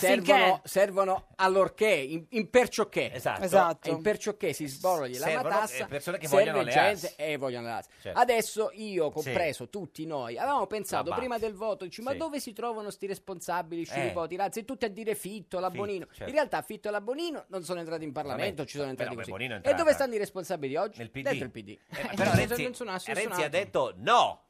Servono,
Affinché?
servono allorché, in, in perciò che
Esatto.
Esatto.
E in perciò che si sbrogli la
Servono, eh,
matassa
persone che
serve
vogliono le
gente
AS.
e vogliono le AS.
Certo.
adesso io compreso tutti noi avevamo pensato
Vabbè.
prima del voto dici, ma
Sì.
dove si trovano sti responsabili sti
Eh.
nipoti anzi tutti a dire Fitto Labonino
certo.
in realtà Fitto e Labonino non sono entrati in Parlamento
Parlamento.
ci sono
Beh,
entrati
no, beh,
così
Bonino è
e
entrata.
dove stanno i responsabili oggi?
Nel PD.
dentro il PD
Eh, ma
Eh,
però
non
Renzi,
sono nessuno
Renzi
assunto.
ha detto no.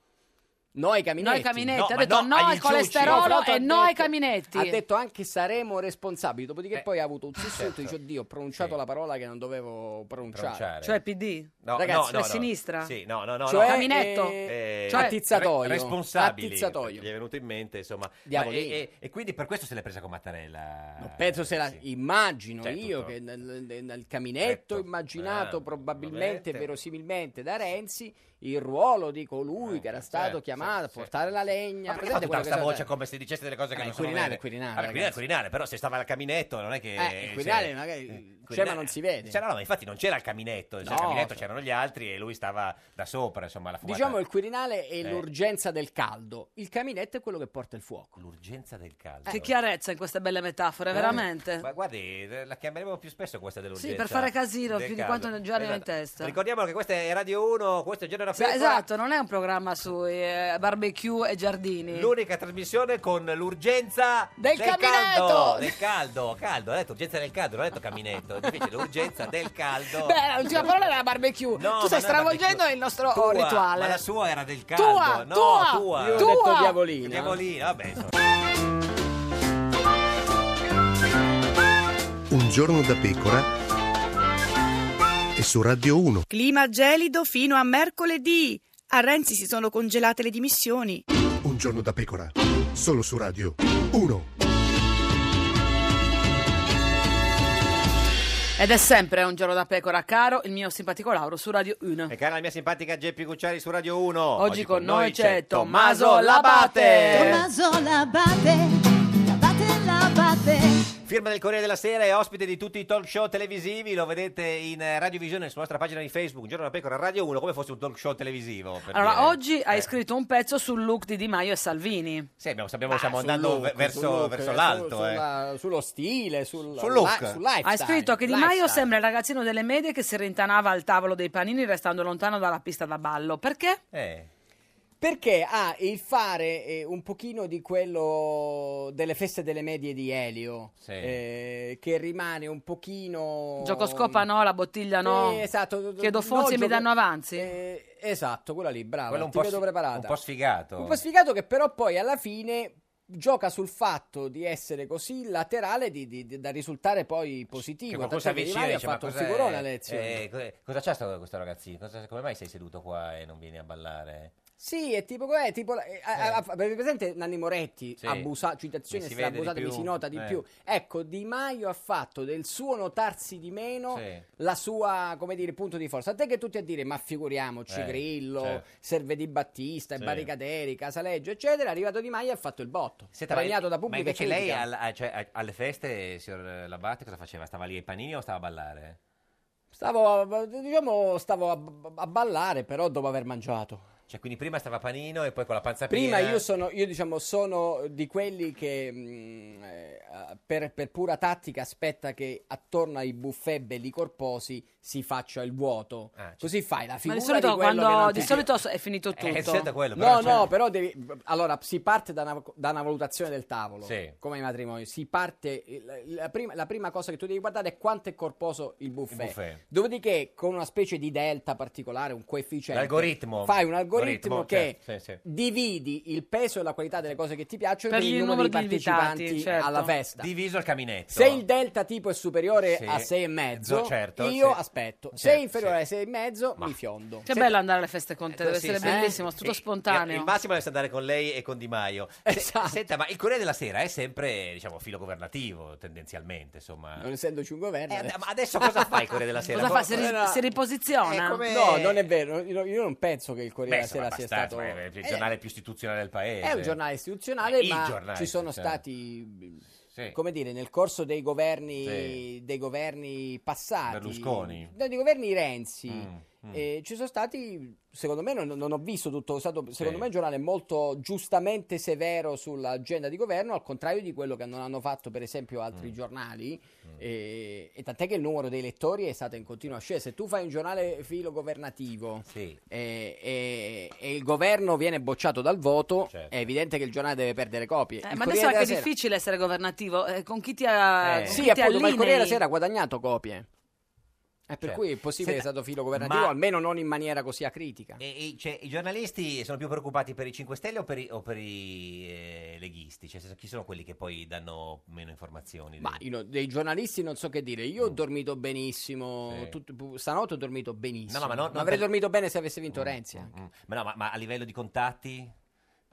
No ai caminetti.
Noi caminetti,
No,
ha
ma
detto
no
no
agli
al
inciuci.
No,
colesterolo
Frotto ha
e no ai
detto-
caminetti.
Ha detto anche saremo responsabili, dopodiché
Eh,
poi ha avuto un sussulto
certo.
e dice oddio ho pronunciato la parola che non dovevo pronunciare.
Pronunciare.
Cioè il PD?
No,
Ragazzi,
no, no,
cioè
no.
sinistra?
Sì, no, no, no.
Cioè,
no.
Caminetto?
eh,
Cioè-
attizzatoio.
Re- responsabili.
Attizzatoio.
Gli è venuto in mente, insomma. Ma-
Diavoli.
e, e- e quindi per questo se l'è presa con Mattarella.
Penso se la immagino
Eh, Cioè,
io
tutto-
che nel, nel- nel caminetto immaginato
eh,
probabilmente,
probabilmente.
verosimilmente da Renzi, il ruolo di colui che era stato
certo,
chiamato a portare la legna.
Ma perché
Presente
fa tutta
quello
questa
che
voce
sa-
come se dicesse delle cose che
Vabbè,
non
il
sono
Quirinale,
vere?
il Quirinale,
Vabbè, il
ragazzi.
Quirinale, il Quirinale, però se stava al caminetto non è che...
Eh, il Quirinale
cioè,
magari- il
Quirinale-
Gemma non si vede.
Cioè, no, no, ma infatti non c'era il caminetto. cioè,
No,
al caminetto
cioè-
c'erano gli altri e lui stava da sopra, insomma, alla fumata.
Diciamo il Quirinale è
Eh.
l'urgenza del caldo, il caminetto è quello che porta il fuoco.
L'urgenza del caldo.
Che chiarezza in queste belle metafore, veramente.
Ma guardi, eh, la chiameremo più spesso questa dell'urgenza.
Sì, per fare casino
del
più di
caldo.
quanto ne già ne ho in
Esatto.
testa.
Ricordiamo che questa è Radio 1, questo è Giorno da
Sì,
Pecora,
esatto, non è un programma sui eh, barbecue e giardini.
L'unica trasmissione con l'urgenza
Del
caldo,
caminetto!
del caldo, caldo, ha detto urgenza del caldo, non ha detto caminetto, invece l'urgenza del caldo.
Beh, l'ultima parola era barbecue. tu stai
ma non è
stravolgendo il
oh,
nostro
Tua,
rituale.
Ma la sua era del caldo,
Tua,
no,
tua,
tua.
Io ho
Tua!
detto diavolina.
Diavolina, vabbè, insomma.
Un giorno da pecora e su Radio 1.
Clima gelido fino a mercoledì. A Renzi si sono congelate le dimissioni.
Un giorno da pecora. Solo su Radio 1.
Ed è sempre un giorno da pecora, caro il mio simpatico Lauro su Radio 1.
E cara la mia simpatica Geppi Cucciari su Radio 1. Oggi,
con noi c'è Tommaso Labate.
Tommaso la batte, la batte, la batte.
firma del Corriere della Sera è ospite di tutti i talk show televisivi, lo vedete in eh, radiovisione sulla nostra pagina di Facebook, Un giorno da pecora Radio 1, come fosse un talk show televisivo. per
Allora,
oh,
dire.
oggi hai scritto un pezzo sul look di Di Maio e Salvini.
Eh. Sì, abbiamo- sappiamo che stiamo andando
ah, look,
ve- verso,
sul look, eh,
verso
sul-
l'alto. eh.
sulla- sullo stile, sul,
Ah, Sul look.
li- sul lifestyle.
Hai scritto che Di
Lifestyle.
Maio sembra il ragazzino delle medie che si rintanava al tavolo dei panini restando lontano dalla pista da ballo. Perché?
eh. Eh.
Perché ha il fare eh, un pochino di quello delle feste delle medie di Elio,
Sì.
eh, che rimane un pochino...
Giocoscopa no, la bottiglia no.
Sì, esatto.
Chiedo
No,
forse mi
gioco-
danno avanzi.
Esatto, quella lì, brava.
Quello un
ti
po'
vedo
sfi-
preparata.
un po' sfigato.
Un po' sfigato che però poi alla fine gioca sul fatto di essere così laterale di- di- di- da risultare poi
Che
positivo.
qualcuno si
Tant'è Di
avvicina e
Maio ha
dice, "Ma
fatto un
cos'è-
figurone alle elezioni.
eh, cos'è- cosa c'ha sto- questo ragazzino? Cosa- come mai sei seduto qua e non vieni a ballare?
Sì, è tipo, com'è? tipo la- eh, a- a- avete presente Nanni Moretti,
Sì.
abusa,
Mi
citazione
si vede di
abusata,
più.
mi si nota di
Eh.
più. Ecco, Di Maio ha fatto del suo notarsi di meno
Sì.
la sua, come dire, punto di forza. A te che tutti a dire, ma figuriamoci,
Eh,
Grillo,
certo.
Serve di Battista,
Sì.
Barricaderi, Casaleggio, eccetera, è arrivato Di Maio e ha fatto il botto.
Senta,
bagnato
ma-
da pubblico
Ma
e
invece lei
critica.
al- a- cioè, a- alle feste, signor Labate, cosa faceva? Stava lì ai panini o stava a ballare?
Stavo, a- diciamo, stavo a- a ballare, però dopo aver mangiato.
Cioè, quindi prima stava a panino e poi con la panza
Prima
piena.
io sono, io diciamo, sono di quelli che mh, eh, per, per pura tattica aspetta che attorno ai buffet belli corposi si faccia il vuoto.
Ah, certo.
Così fai la
Ma
figura
di solito,
di quello
quando-
che non
di
ti-
solito è
Eh,
finito tutto.
no, no, però devi. Allora, si parte da una, da una valutazione del tavolo.
Sì.
Come i matrimoni. Si parte. La, la prima, la prima cosa che tu devi guardare è quanto è corposo il buffet.
Il buffet.
Dopodiché, con una specie di delta particolare, un coefficiente.
L'algoritmo.
Fai un algoritmo
Algoritmo,
che
certo, sì, sì.
dividi il peso e la qualità delle cose che ti piacciono
Per
per il
il
numero di
numero di invitati,
partecipanti
certo.
alla festa.
Diviso il caminetto.
Se il delta tipo è superiore
Sì.
a 6,5,
No, certo,
io
sì.
aspetto. se
Certo,
è inferiore a 6,5, mi fiondo.
Che bello andare alle feste con te, deve
Eh, Sì,
essere
sì.
bellissimo,
Eh?
tutto
Il-
spontaneo. Esatto.
Il massimo deve andare con lei e con Di Maio. Se- Senta, ma il Corriere della Sera è sempre, diciamo, filo governativo, tendenzialmente, insomma.
Non essendoci un governo.
Eh, ma adesso cosa fa il Corriere della Sera?
Cosa fa? Si,
Cosa-
ri-
Cosa-
si riposiziona?
No, non è vero. Io, io non penso che il Corriere
Beh,
della Sera
insomma,
sia
abbastanza,
stato. Eh,
ma è
Eh,
il giornale più istituzionale del paese.
È un giornale istituzionale,
Eh, il
ma
giornale
ci sono
istituzionale.
stati.
Sì.
Come dire, nel corso dei governi,
Sì.
dei governi passati,
Berlusconi.
no, dei governi Renzi,
Mm, mm.
eh, ci sono stati. Secondo me, non, non ho visto tutto. È stato, secondo me, un giornale molto giustamente severo sull'agenda di governo, al contrario di quello che non hanno fatto, per esempio, altri
Mm.
giornali. eh, e tant'è che il numero dei lettori è stato in continua ascesa. Se tu fai un giornale filo governativo eh, e, e il governo viene bocciato dal voto,
Certo.
è evidente che il giornale deve perdere copie.
Eh,
Il
ma
Corriere
adesso è anche
della Sera-
difficile essere governativo, eh, con chi ti
Eh,
ha... con
Sì,
chi ti
appunto, ma il
allinei?
Corriere della Sera ha guadagnato copie. E per
Certo.
cui è possibile
Senta,
che sia stato filo governativo,
ma-
almeno non in maniera così acritica.
E, e, cioè, I giornalisti sono più preoccupati per i 5 Stelle o per i, o per i, eh, leghisti? Cioè, nel senso, chi sono quelli che poi danno meno informazioni?
Ma Ah, io no- dei giornalisti non so che dire. Io ho dormito benissimo.
Mm. Sì.
tut- pu- stanotte ho dormito benissimo.
No, no, ma no- non
avrei
per-
dormito bene se avesse vinto Renzi. eh. anche.
Mm, Ma, no, ma, ma a livello di contatti,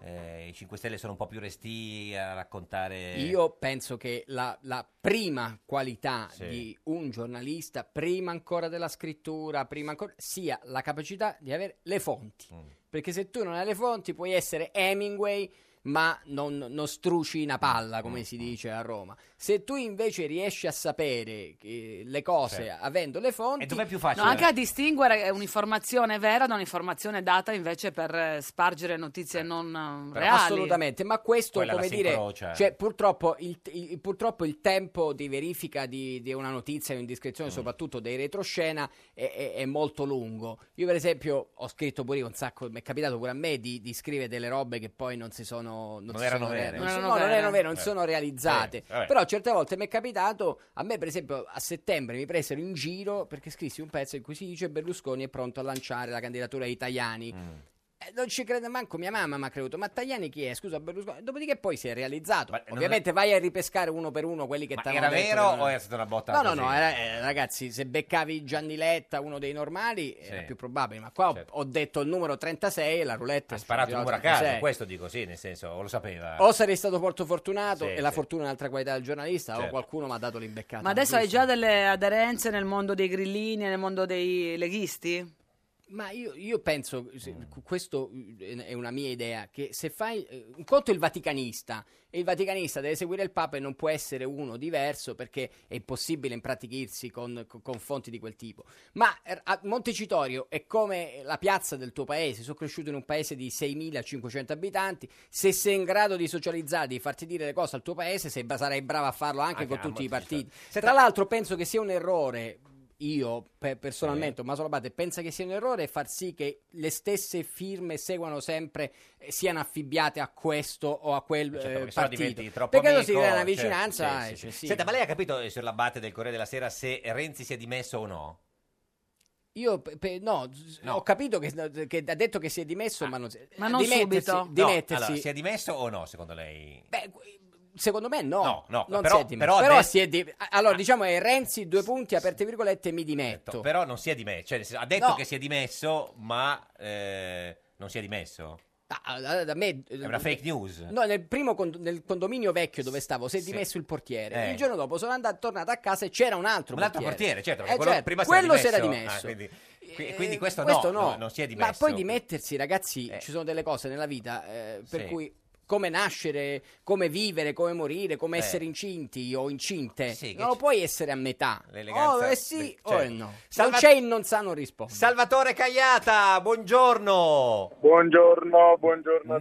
eh, i 5 Stelle sono un po' più resti a raccontare.
Io penso che la, la prima qualità
Sì.
di un giornalista, prima ancora della scrittura, prima ancora, sia la capacità di avere le fonti.
Mm.
Perché se tu non hai le fonti puoi essere Hemingway, ma non, non struci una palla,
Mm,
come si dice a Roma. Se tu invece riesci a sapere eh, le cose
Certo.
avendo le fonti... E dov'è
più
No, anche a distinguere eh, un'informazione vera da un'informazione data invece per eh, spargere notizie non eh,
Però
reali.
Assolutamente, ma questo
Quella la
come
si
dire,
incrocia.
cioè, purtroppo, il, il- purtroppo il tempo di verifica di, di una notizia, di un'indiscrezione, soprattutto dei retroscena, è, è- è molto lungo. Io per esempio ho scritto pure io un sacco, mi è capitato pure a me di, di scrivere delle robe che poi non si sono...
Non
si
erano
sono re-
vere.
Non,
Non
si-
erano
no, non
vere.
erano vere, non
Eh.
sono realizzate.
Sì, vabbè.
Però certe volte mi è capitato, a me per esempio a settembre mi presero in giro perché scrissi un pezzo in cui si dice Berlusconi è pronto a lanciare la candidatura ai Tajani. Eh, Non ci crede manco mia mamma, mi ha creduto. Ma Tajani chi è? Scusa Berlusconi. Dopodiché poi si è realizzato.
non-
Ovviamente vai a ripescare uno per uno quelli che
Ma
t'hanno
era
detto
vero
che non-
o era stata una botta?
No, no,
così?
no, era- eh, ragazzi, se beccavi Gianni Letta, uno dei normali, era più probabile. Ma qua ho- ho, detto il numero 36 e la roulette...
Certo. Ha sparato un
girava
numero a caso,
36.
questo dico sì, nel senso, o lo sapeva.
O sarei stato molto fortunato,
Sì,
e la
sì.
fortuna è un'altra qualità del giornalista, o
Certo.
qualcuno mi ha dato l'imbeccata.
Ma adesso hai
giusta.
già delle aderenze nel mondo dei grillini e nel mondo dei leghisti?
Ma io, io penso, se- cu- questo eh, è una mia idea, che se fai eh, un conto è il vaticanista e il vaticanista deve seguire il Papa e non può essere uno diverso perché è impossibile impratichirsi con, con- con fonti di quel tipo. Ma eh, a Montecitorio è come la piazza del tuo paese, sono cresciuto in un paese di 6.500 abitanti, se sei in grado di socializzare, di farti dire le cose al tuo paese, sei, sarai bravo a farlo anche
Anche
con
a
tutti i
Montecitorio.
partiti. Tra l'altro penso che sia un errore io pe-
Eh.
personalmente, Tommaso Labate, pensa che sia un errore far sì che le stesse firme seguano sempre, eh, siano affibbiate a questo o a quel
Certo,
eh,
perché sennò
partito.
diventi troppo
Perché allora si
amico,
crea una
certo,
vicinanza eh, cioè,
sì, sì, sì.
eccessiva.
Senta, ma lei ha capito eh, sulla Labbate del Corriere della Sera se Renzi si è dimesso o no?
Io pe- pe- no, z- ho capito che, che ha detto che si è dimesso, ma non, si-
Ma non
dimettersi,
subito.
Ah. No,
dimettersi.
allora, si è dimesso o no, secondo lei?
Beh, Secondo me no,
No, no,
non
però-
si è dimesso.
però Ah.
Però,
adesso-
si è di- allora diciamo è Renzi, due punti, aperte virgolette, mi dimetto.
Però non si è dimesso, cioè, nel senso, ha detto
No.
che si è dimesso, ma eh, non si è dimesso.
Ah, da- da me-
Certo. È una fake news.
No, nel primo cond- nel condominio vecchio dove stavo si è
Sì.
dimesso il portiere.
Eh.
Il giorno dopo sono andato, tornato a casa e c'era un altro
Un altro
portiere.
portiere, certo, perché
Eh,
quello
certo,
prima
quello
si
si
era
era
dimesso.
dimesso. Eh,
Ah, quindi, qui- quindi questo,
Questo
no,
no.
no, non si è dimesso. Eh.
Ma poi dimettersi, ragazzi, ci sono delle cose nella vita eh, per
Sì.
cui come nascere, come vivere, come morire, come
Eh.
essere incinti o incinte.
che
non
c'è-
puoi essere a metà.
L'eleganza
O è sì
del-
o è
certo.
no.
Salva-
Non c'è il non sa non risponde.
Salvatore Cagliata, buongiorno.
Buongiorno, buongiorno.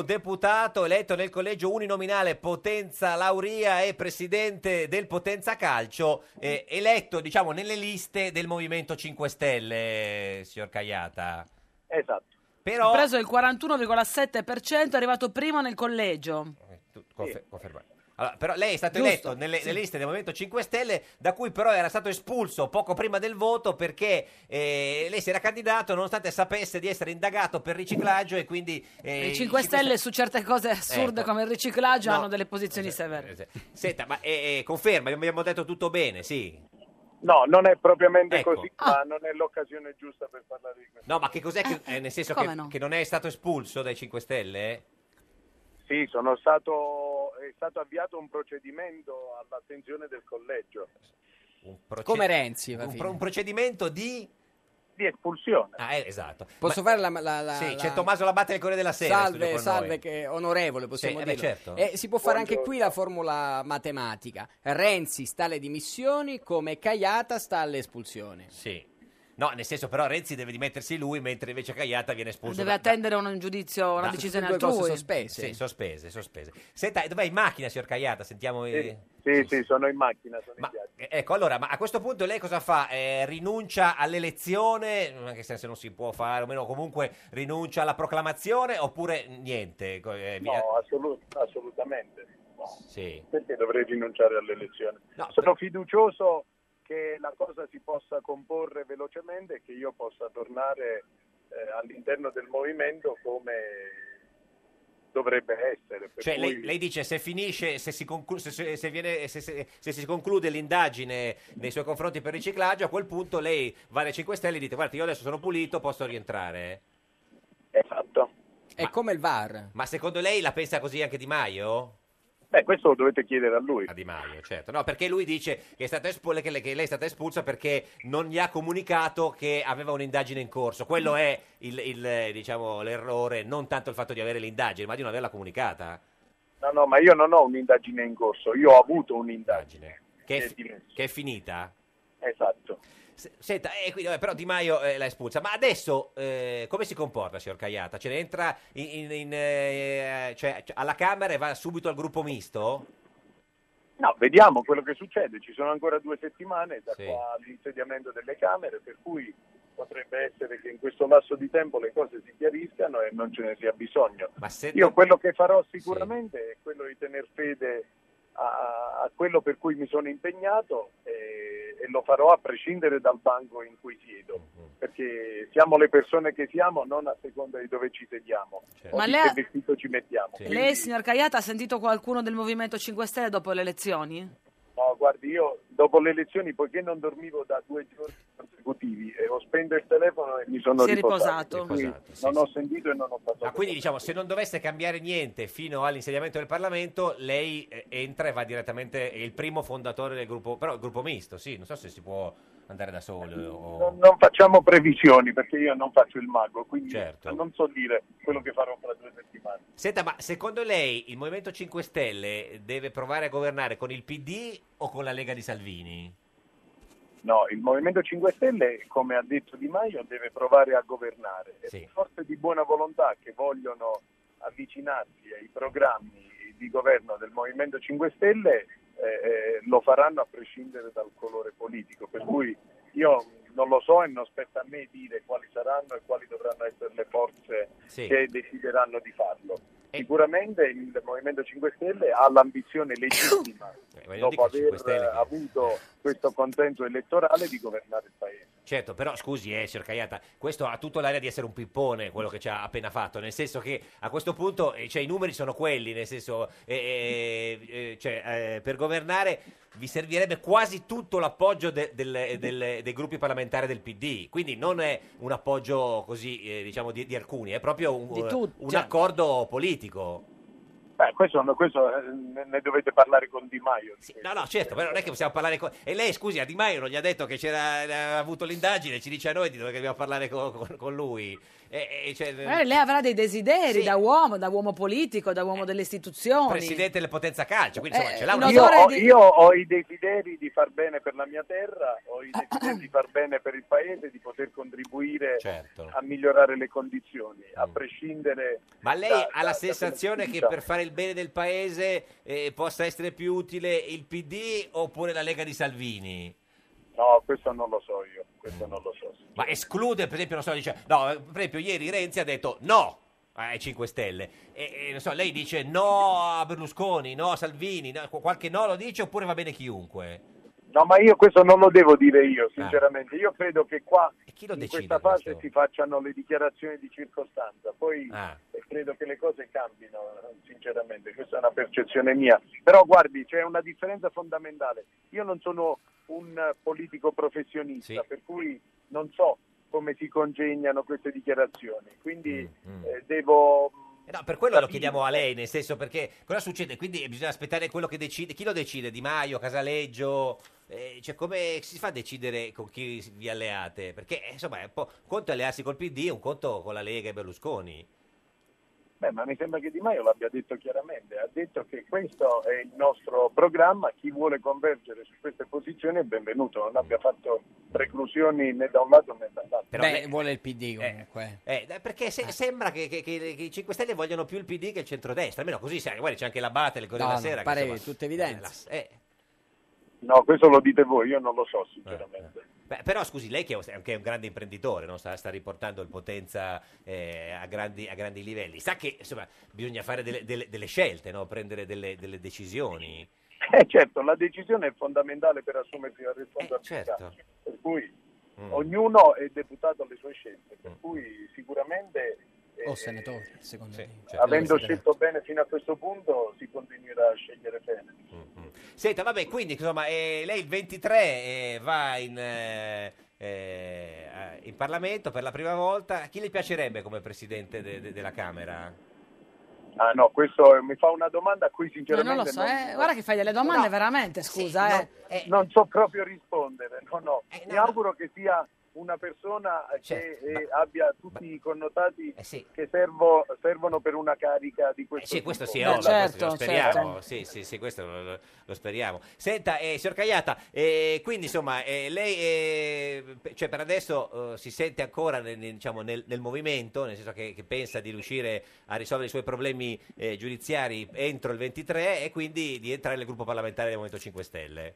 Neodeputato eletto nel collegio uninominale Potenza Lauria e presidente del Potenza Calcio, eh, eletto diciamo nelle liste del Movimento 5 Stelle, signor Cagliata.
Esatto.
Però
Ha preso il 41,7%, è arrivato primo nel collegio.
Tu- confer- conferma. Allora, però lei è stato
Giusto,
eletto nelle,
sì.
nelle liste del Movimento 5 Stelle, da cui però era stato espulso poco prima del voto perché eh, lei si era candidato nonostante sapesse di essere indagato per riciclaggio e quindi... eh,
I 5 Stelle su certe cose assurde
Ecco.
come il riciclaggio
No.
hanno delle posizioni severe.
Senta, ma eh, eh, conferma, abbiamo detto tutto bene, sì.
No, non è propriamente
Ecco.
così, ma non è l'occasione giusta per parlare di questo.
No, ma che cos'è che... eh, nel senso
come
che,
no?
che non è stato espulso dai 5 Stelle?
Sì, sono stato, è stato avviato un procedimento all'attenzione del collegio.
Proce-
Come Renzi, alla
un,
fine.
pro- un procedimento di...
Di espulsione.
Ah, eh, esatto.
Posso fare la... la- la-
Sì, c'è
la-
Tommaso Labatte del Corriere della Sera. in studio
Salve,
con
salve,
noi.
che onorevole, possiamo
Sì, eh beh,
dire.
certo.
si può fare anche qui la formula matematica. Renzi sta alle dimissioni come Caiata sta alle espulsioni.
Sì. No, nel senso però Renzi deve dimettersi lui, mentre invece Cagliata viene espulso.
Deve
da-
attendere un giudizio, una
da-
decisione
Sono due
altrui.
cose sospese. Sì, sospese, sospese. Senta, dov'è in macchina, signor Cagliata? Sentiamo... eh,
Sì, sì, sono in macchina, sono in viaggio.
eh, Ecco, allora, ma a questo punto lei cosa fa? Eh, rinuncia all'elezione, anche se se non si può fare, o meno comunque rinuncia alla proclamazione, oppure niente? Co- eh, via-
No, assolut- assolutamente.
Sì.
Perché dovrei rinunciare alle elezioni? sono fiducioso che la cosa si possa comporre velocemente e che io possa tornare eh, all'interno del movimento come dovrebbe essere. per
Cioè, lei,
cui-
lei dice se finisce, se si, conclu- se- se- se viene- se- se- se si conclude l'indagine nei suoi confronti per riciclaggio, a quel punto lei va alle 5 Stelle e dite guarda io adesso sono pulito, posso rientrare.
Esatto.
È come il VAR.
Ma secondo lei la pensa così anche Di Maio?
Beh, questo lo dovete chiedere a lui.
A Di Maio, certo. No, perché lui dice che, è stata espu- che le- che lei è stata espulsa perché non gli ha comunicato che aveva un'indagine in corso. Quello è il, il, eh, diciamo, l'errore, non tanto il fatto di avere l'indagine, ma di non averla comunicata.
No, no, ma io non ho un'indagine in corso, io ho avuto un'indagine.
Che
Che
è,
è
fi- che è finita.
Esatto.
Se- Senta, eh, quindi, vabbè, però Di Maio eh, l'ha espulsa. Ma adesso eh, come si comporta, signor Cagliata? Ce ne entra in- in- in, eh, cioè, cioè, alla Camera e va subito al gruppo misto?
No, vediamo quello che succede, ci sono ancora due settimane da
Sì.
qua all'insediamento delle Camere, per cui potrebbe essere che in questo lasso di tempo le cose si chiariscano e non ce ne sia bisogno.
Ma se-
Io quello che farò sicuramente è quello di tener fede a, a quello per cui mi sono impegnato e, e lo farò a prescindere dal banco in cui siedo, perché siamo le persone che siamo, non a seconda di dove ci sediamo o
Ma
di
lei-
che vestito ci mettiamo.
Lei, signor Cagliata, ha sentito qualcuno del Movimento 5 Stelle dopo le elezioni?
No, guardi, io dopo le elezioni, poiché non dormivo da due giorni consecutivi, e ho spento il telefono e mi sono
Si è riposato.
Quindi
Riposato,
non ho sentito e non ho fatto.
Ma quindi diciamo, se non dovesse cambiare niente fino all'insediamento del Parlamento, lei eh, entra e va direttamente, è il primo fondatore del gruppo, però il gruppo misto, sì, non so se si può... andare da solo. o-
Non, non facciamo previsioni perché io non faccio il mago, quindi
Certo.
non so dire quello che farò fra due settimane.
Senta, ma secondo lei il Movimento 5 Stelle deve provare a governare con il PD o con la Lega di Salvini?
No, il Movimento 5 Stelle, come ha detto Di Maio, deve provare a governare. E le forze di buona volontà che vogliono avvicinarsi ai programmi di governo del Movimento 5 Stelle eh, eh, lo faranno a prescindere dal colore politico. Per cui io non lo so e non spetta a me dire quali saranno e quali dovranno essere le forze
Sì.
che decideranno di farlo. Sicuramente il Movimento 5 Stelle ha l'ambizione
Eh,
legittima,
ma io
dopo
dico 5
aver
Stelle che- eh.
avuto questo consenso elettorale, di governare il paese.
Certo, però scusi, eh, Cercaiata, questo ha tutto l'aria di essere un pippone quello che ci ha appena fatto, nel senso che a questo punto eh, cioè, i numeri sono quelli, nel senso eh, eh, eh, cioè, eh, per governare vi servirebbe quasi tutto l'appoggio de- del- eh, del- dei gruppi parlamentari del PD, quindi non è un appoggio così eh, diciamo di, di alcuni, è proprio un,
Di tutti. cioè
un accordo politico.
Beh, questo, questo, eh, ne ne dovete parlare con Di Maio.
No, no, certo, però non è che possiamo parlare con... E lei, scusi, a Di Maio non gli ha detto che c'era eh, avuto l'indagine, ci dice a noi di dove che dobbiamo parlare con, con- con lui. E- e- cioè-
Magari Eh, lei avrà dei desideri da uomo, da uomo politico, da uomo delle istituzioni.
Eh, presidente del Potenza Calcio, quindi insomma
Eh,
ce l'ha
in
una
Io ho,
di-
io ho i desideri di far bene per la mia terra, ho i desideri di far bene per il paese, di poter contribuire
Certo. Mm.
a migliorare le condizioni, a prescindere...
Ma lei
da-
ha
da- diciamo.
la sensazione
da-
che per fare il bene del paese eh, possa essere più utile il PD oppure la Lega di Salvini?
No, questo non lo so io,
Mm.
questo non lo so.
Ma esclude, per esempio, non so, dice, no, eh, per esempio ieri Renzi ha detto no ai 5 Stelle. E, e, non so, lei dice no a Berlusconi, no a Salvini, no- qualche no lo dice oppure va bene chiunque? Ah.
No, ma io questo non lo devo dire
Eh,
io, sinceramente. Io credo che qua in questa fase si facciano le dichiarazioni di circostanza, poi
Ah.
eh, credo che le cose cambino, sinceramente. Questa è una percezione mia. Però guardi, c'è una differenza fondamentale. Io non sono un eh, politico professionista, per cui non so come si congegnano queste dichiarazioni. Quindi eh, devo...
Eh No, per quello lo chiediamo a lei, nel senso perché cosa succede? Quindi bisogna aspettare quello che decide. Chi lo decide? Di Maio, Casaleggio? Eh, cioè, come si fa a decidere con chi vi alleate? Perché, eh, insomma, è un, po', un conto è allearsi col PD, un conto con la Lega e Berlusconi.
Beh, ma mi sembra che Di Maio l'abbia detto chiaramente, ha detto che questo è il nostro programma, chi vuole convergere su queste posizioni è benvenuto, non abbia fatto preclusioni né da un lato né dall'altro.
Però Beh, vuole il PD comunque.
Eh, eh, perché se- sembra che, che- che- che i 5 Stelle vogliono più il PD che il centrodestra. Almeno così, sai, guarda, c'è anche la Batte, il Corriere
No,
della
no,
Sera.
pare
che, insomma,
tutta evidenza.
eh, la- eh,
No, questo lo dite voi, io non lo so sinceramente.
Beh, però scusi, lei che è anche un grande imprenditore, no? sta, sta riportando il potenza eh, a, grandi, a grandi livelli, sa che insomma, bisogna fare delle, delle- delle scelte, no? prendere delle, delle decisioni.
Eh, certo, la decisione è fondamentale per assumersi la responsabilità,
certo.
per cui
Mm.
mm.
ognuno è deputato alle sue scelte, per cui sicuramente eh,
O senatore, secondo me.
certo.
avendo scelto bene fino a questo punto si continuerà a scegliere bene.
Senta, vabbè, quindi insomma, eh, lei il 23 eh, va in, eh, eh, a- in Parlamento per la prima volta. Chi le piacerebbe come presidente de- de- della Camera?
Ah no, questo eh, mi fa una domanda a cui
No,
sinceramente
non lo so,
non-
eh. guarda che fai delle domande veramente, scusa. eh.
non so proprio rispondere, no, no. Mi auguro che sia una persona che
Certo,
eh, abbia tutti i connotati che servo- servono per una carica di questo
Eh Sì, questo
tipo.
sì, è ovvio, questo lo speriamo. Sì, sì, sì, questo lo, lo- lo speriamo. Senta, eh, signor Cagliata, eh, quindi insomma, eh, lei eh, pe- cioè, per adesso eh, si sente ancora nel, nel- diciamo, nel- nel movimento, nel senso che, che pensa di riuscire a risolvere i suoi problemi eh, giudiziari entro il 23 e quindi di entrare nel gruppo parlamentare del Movimento 5 Stelle.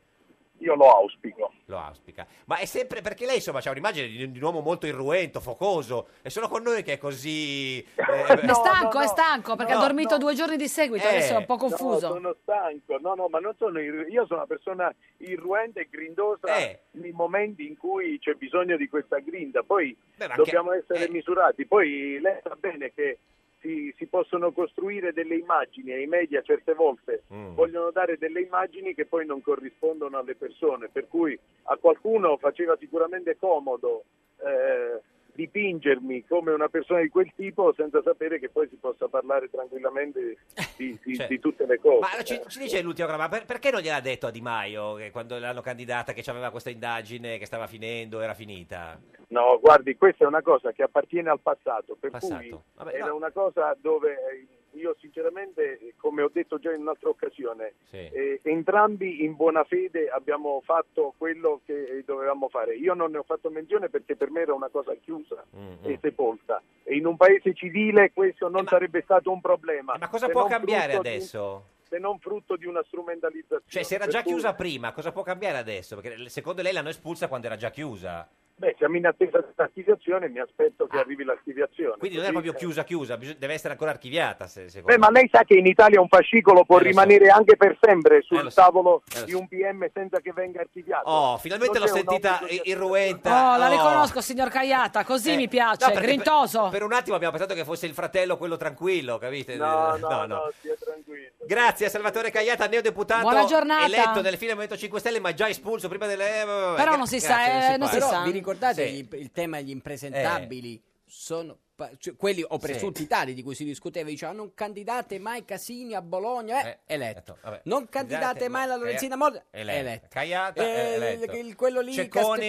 Io lo auspico.
Lo auspica. Ma è sempre perché lei, insomma, ha un'immagine di, un- di un uomo molto irruento, focoso. È solo con noi che è così. eh,
è stanco, è stanco perché
No, Eh,
ha dormito due giorni di seguito, adesso è un po'
Eh, No,
confuso.
sono stanco, no, no, ma non sono irru- io sono una persona irruente e grindosa
Eh.
nei momenti in cui c'è bisogno di questa grinda. Poi
Beh, ma anche-
dobbiamo
eh.
essere misurati. Poi lei sa bene che si, si possono costruire delle immagini e i media certe volte
Mm.
vogliono dare delle immagini che poi non corrispondono alle persone, per cui a qualcuno faceva sicuramente comodo eh, dipingere dipingermi come una persona di quel tipo senza sapere che poi si possa parlare tranquillamente di, di-
Cioè,
di tutte le cose.
Ma ci, ci dice l'ultima cosa, ma per- perché non gliel'ha detto a Di Maio che quando l'hanno candidata che c'aveva questa indagine che stava finendo, era finita?
No, guardi, questa è una cosa che appartiene al passato, per cui
Passato. Vabbè,
era
no.
una cosa dove eh, io sinceramente, come ho detto già in un'altra occasione,
Sì.
eh, entrambi in buona fede abbiamo fatto quello che dovevamo fare. Io non ne ho fatto menzione perché per me era una cosa chiusa
Mm-hmm.
e sepolta. E in un paese civile questo non sarebbe stato un problema.
Eh, Ma cosa
se
può
non
cambiare
frutto di-
adesso?
se non frutto di una strumentalizzazione.
Cioè, se era
Per
già
cui-
chiusa prima, cosa può cambiare adesso? Perché secondo lei l'hanno espulsa quando era già chiusa.
Beh, siamo in attesa dell'archiviazione, mi aspetto
Ah.
che arrivi l'archiviazione.
Quindi non è
Così-
proprio chiusa chiusa, bisog- deve essere ancora archiviata, se- secondo
Beh, ma lei sa che in Italia un fascicolo può
Eh, lo so.
rimanere anche per sempre
Eh,
sul
lo so.
tavolo
Eh, lo
di
so.
un PM senza che venga archiviato.
Oh, finalmente
Non
l'ho
c'è un
sentita
obbligo di-
i- irruenta.
Oh, la
Oh.
riconosco, signor Cagliata, così mi piace,
Eh, No, perché per-
Ah, cioè, grintoso.
Per, un attimo abbiamo pensato che fosse il fratello quello tranquillo, capite?
No,
Eh,
no, no, stia tranquillo.
Grazie a Salvatore Cagliata, neodeputato
Buona giornata.
eletto nel fine Movimento 5 Stelle, ma già espulso prima delle eh, vabbè,
Però
gra-
non si
grazie,
sa, eh, non si
Però
parla.
sa.
vi ricordate
Sì.
gli- il tema degli impresentabili? Sono pa- cioè, quelli o
Sì.
presunti tali di cui si discuteva, dicevano non candidate mai Casini a Bologna, eh, eletto.
vabbè.
Non candidate
Candidate
mai la
mai-
Lorenzina a Modena,
eh, eletto.
eletto.
Cagliata,
Eh,
eh, eletto.
il- quello lì,
Cecconi,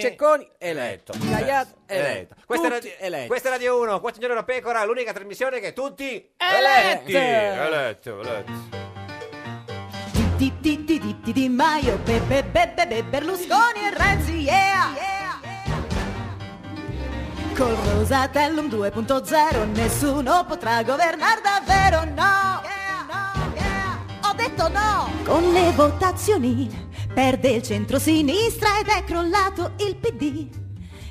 Cecconi, Cecconi eletto.
eletto.
Cagliata,
Eletto.
eletto.
Questa, è
Tutti
Radio-
eletti.
questa è Radio 1, qua signore la pecora, l'unica trasmissione che tutti
Eletti!
Eh, Eletti, eletti.
Di, di, di, di, di, Di Maio, be, be, be, be, be, Berlusconi e Renzi, yeah! Col Rosatellum 2.0 nessuno potrà governare davvero, no! Ho detto no! Con le votazioni perde il centro-sinistra ed è crollato il PD.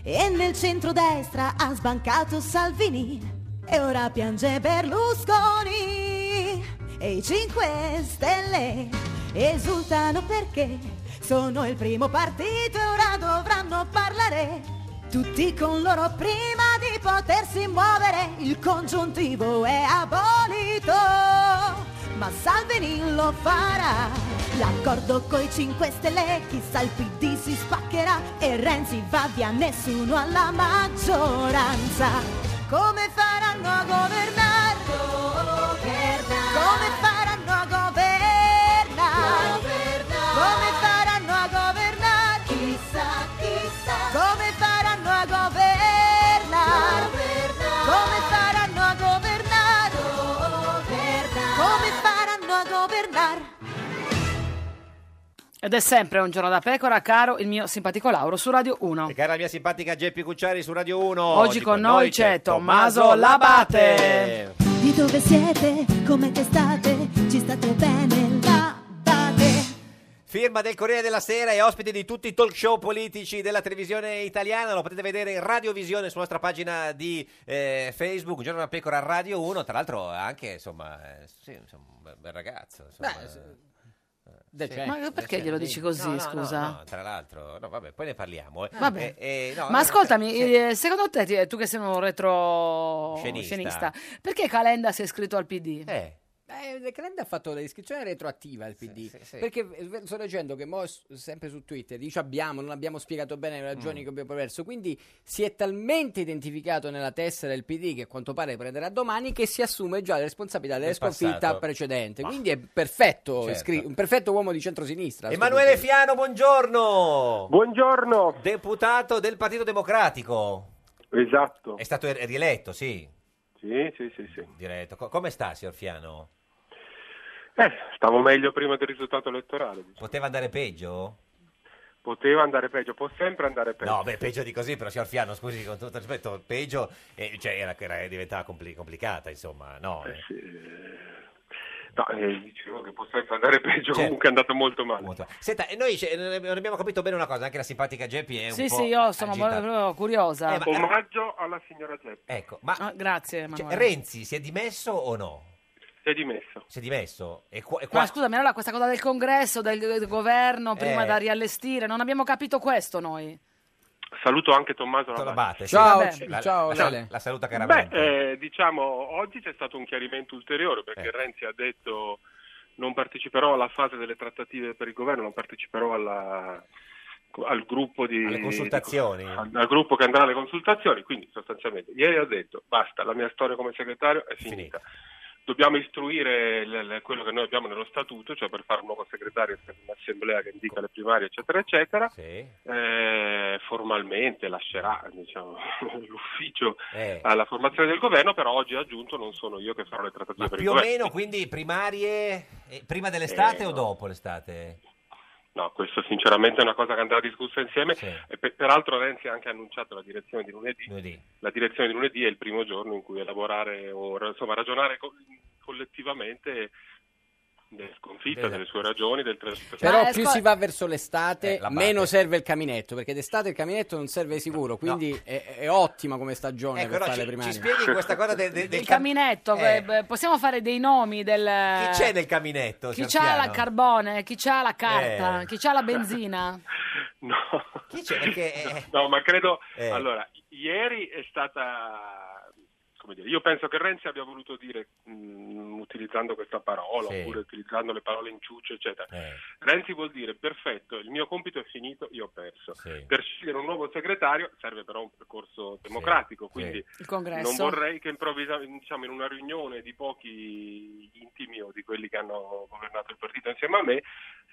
E nel centro-destra ha sbancato Salvini. E ora piange Berlusconi. E i 5 Stelle esultano perché sono il primo partito e ora dovranno parlare. Tutti con loro prima di potersi muovere, il congiuntivo è abolito, ma Salvini lo farà. L'accordo coi 5 Stelle, chissà il PD si spaccherà e Renzi va via, nessuno alla maggioranza. Come faranno a governare? Come faranno a governare? Come faranno a governare? Chissà, chissà. Come faranno a governare? Come faranno a governare? Come faranno a governare?
Ed è sempre un giorno da pecora, caro il mio simpatico Lauro su Radio 1.
Cara la mia simpatica Geppi Cucciari su Radio 1.
Oggi con noi c'è Tommaso Labate.
Di dove siete? Come che state? Ci state bene? La date?
Firma del Corriere della Sera e ospite di tutti i talk show politici della televisione italiana. Lo potete vedere in radiovisione sulla nostra pagina di eh, Facebook, Giorno da Pecora Radio 1. Tra l'altro, anche insomma, eh, sì, insomma, un bel- bel ragazzo. Insomma,
Beh, sì.
Eh, sì,
Ma perché glielo dici così,
No, no, no,
scusa?
No, tra l'altro, no, vabbè, poi ne parliamo. eh.
Vabbè.
Eh, eh, no,
Ma
no,
ascoltami, eh, secondo te, ti- tu che sei un retro
Scenista.
scenista, perché Calenda si è iscritto al PD?
Eh, De Calenda ha fatto la iscrizione retroattiva al PD perché eh, sto leggendo che mo, s- sempre su Twitter dice abbiamo, non abbiamo spiegato bene le ragioni
Mm.
che abbiamo perso quindi si è talmente identificato nella tessera del PD che a quanto pare prenderà domani che si assume già le responsabilità della
Del
sconfitta
passato.
precedente quindi è perfetto
Certo.
iscri- un perfetto uomo di centrosinistra a sto
Emanuele
punto.
Fiano, buongiorno.
Buongiorno.
Deputato del Partito Democratico.
Esatto.
È stato er- rieletto, sì.
Sì, sì, sì, sì.
Diretto. Co- come sta, signor Fiano?
Eh, stavo meglio prima del risultato elettorale. diciamo.
Poteva andare peggio?
Poteva andare peggio, può sempre andare peggio.
No, beh, peggio di così, però, signor Fiano, scusi, con tutto il rispetto, peggio eh, cioè, era, era- diventava compli- complicata, insomma, no? eh.
No, eh, dicevo che può sempre andare peggio,
Certo.
comunque è andato molto male.
Senta, e noi ce- non abbiamo capito bene una cosa, anche la simpatica Geppi è un
Sì,
po'
sì, io sono
agitata.
proprio curiosa.
Eh, ma- Omaggio
alla signora Geppi.
Ecco, ma
Esatto. Ah, grazie,
cioè,
Emanuele.
Renzi si è dimesso o no?
Si è dimesso.
Si è dimesso? E qua, e qua-
Ma scusami, allora questa cosa del congresso, del, del governo, prima
Eh.
da riallestire, non abbiamo capito questo noi.
Saluto anche Tommaso
Labate,
Labate.
sì. Ciao, Vabbè.
sì.
la- Ciao, la- Lele. la saluta caramente.
Beh, eh, diciamo, oggi c'è stato un chiarimento ulteriore
Eh.
perché Renzi ha detto non parteciperò alla fase delle trattative per il governo, non parteciperò alla al gruppo di
Alle consultazioni.
di- al, al gruppo che andrà alle consultazioni, quindi sostanzialmente ieri ho detto basta, la mia storia come segretario è finita. Dobbiamo istruire l- l- quello che noi abbiamo nello statuto, cioè per fare un nuovo segretario serve un'assemblea che indica le primarie, eccetera, eccetera. Eh, formalmente lascerà diciamo, l'ufficio
Eh.
Ah.
alla formazione del governo, però oggi ha aggiunto non sono io che farò le trattative per il
Più o
governo.
meno, quindi primarie eh, prima dell'estate
Eh,
o
no.
dopo l'estate?
No, questo sinceramente è una cosa che andrà discussa insieme. E pe- peraltro Renzi ha anche annunciato la direzione di lunedì. La direzione di lunedì è il primo giorno in cui elaborare o ra- insomma, ragionare co- collettivamente delle sconfitte, delle sue ragioni, del tra-
Però
tra-
più si va verso
Eh,
l'estate,
la base.
meno serve il caminetto, perché d'estate il caminetto non serve sicuro, quindi è, è ottima come stagione
Ecco,
per
no,
fare
ci-
le primarie.
ci spieghi questa cosa de- de- del
Il caminetto,
Eh.
eh, beh, possiamo fare dei nomi del...
Chi c'è nel caminetto?
Chi c'ha
Serpiano?
la carbone, chi c'ha la carta,
Eh.
chi c'ha la benzina.
Chi c'è? Perché...
No, ma credo...
Eh.
Allora, i- ieri è stata... Come dire, io penso che Renzi abbia voluto dire, mh, utilizzando questa parola,
Sì.
oppure utilizzando le parole in ciuccio, eccetera,
eh,
Renzi vuol dire perfetto, il mio compito è finito, io ho perso.
Sì.
Per scegliere un nuovo segretario serve però un percorso democratico, quindi
Il congresso.
non vorrei che improvvisamente, diciamo, in una riunione di pochi intimi o di quelli che hanno governato il partito insieme a me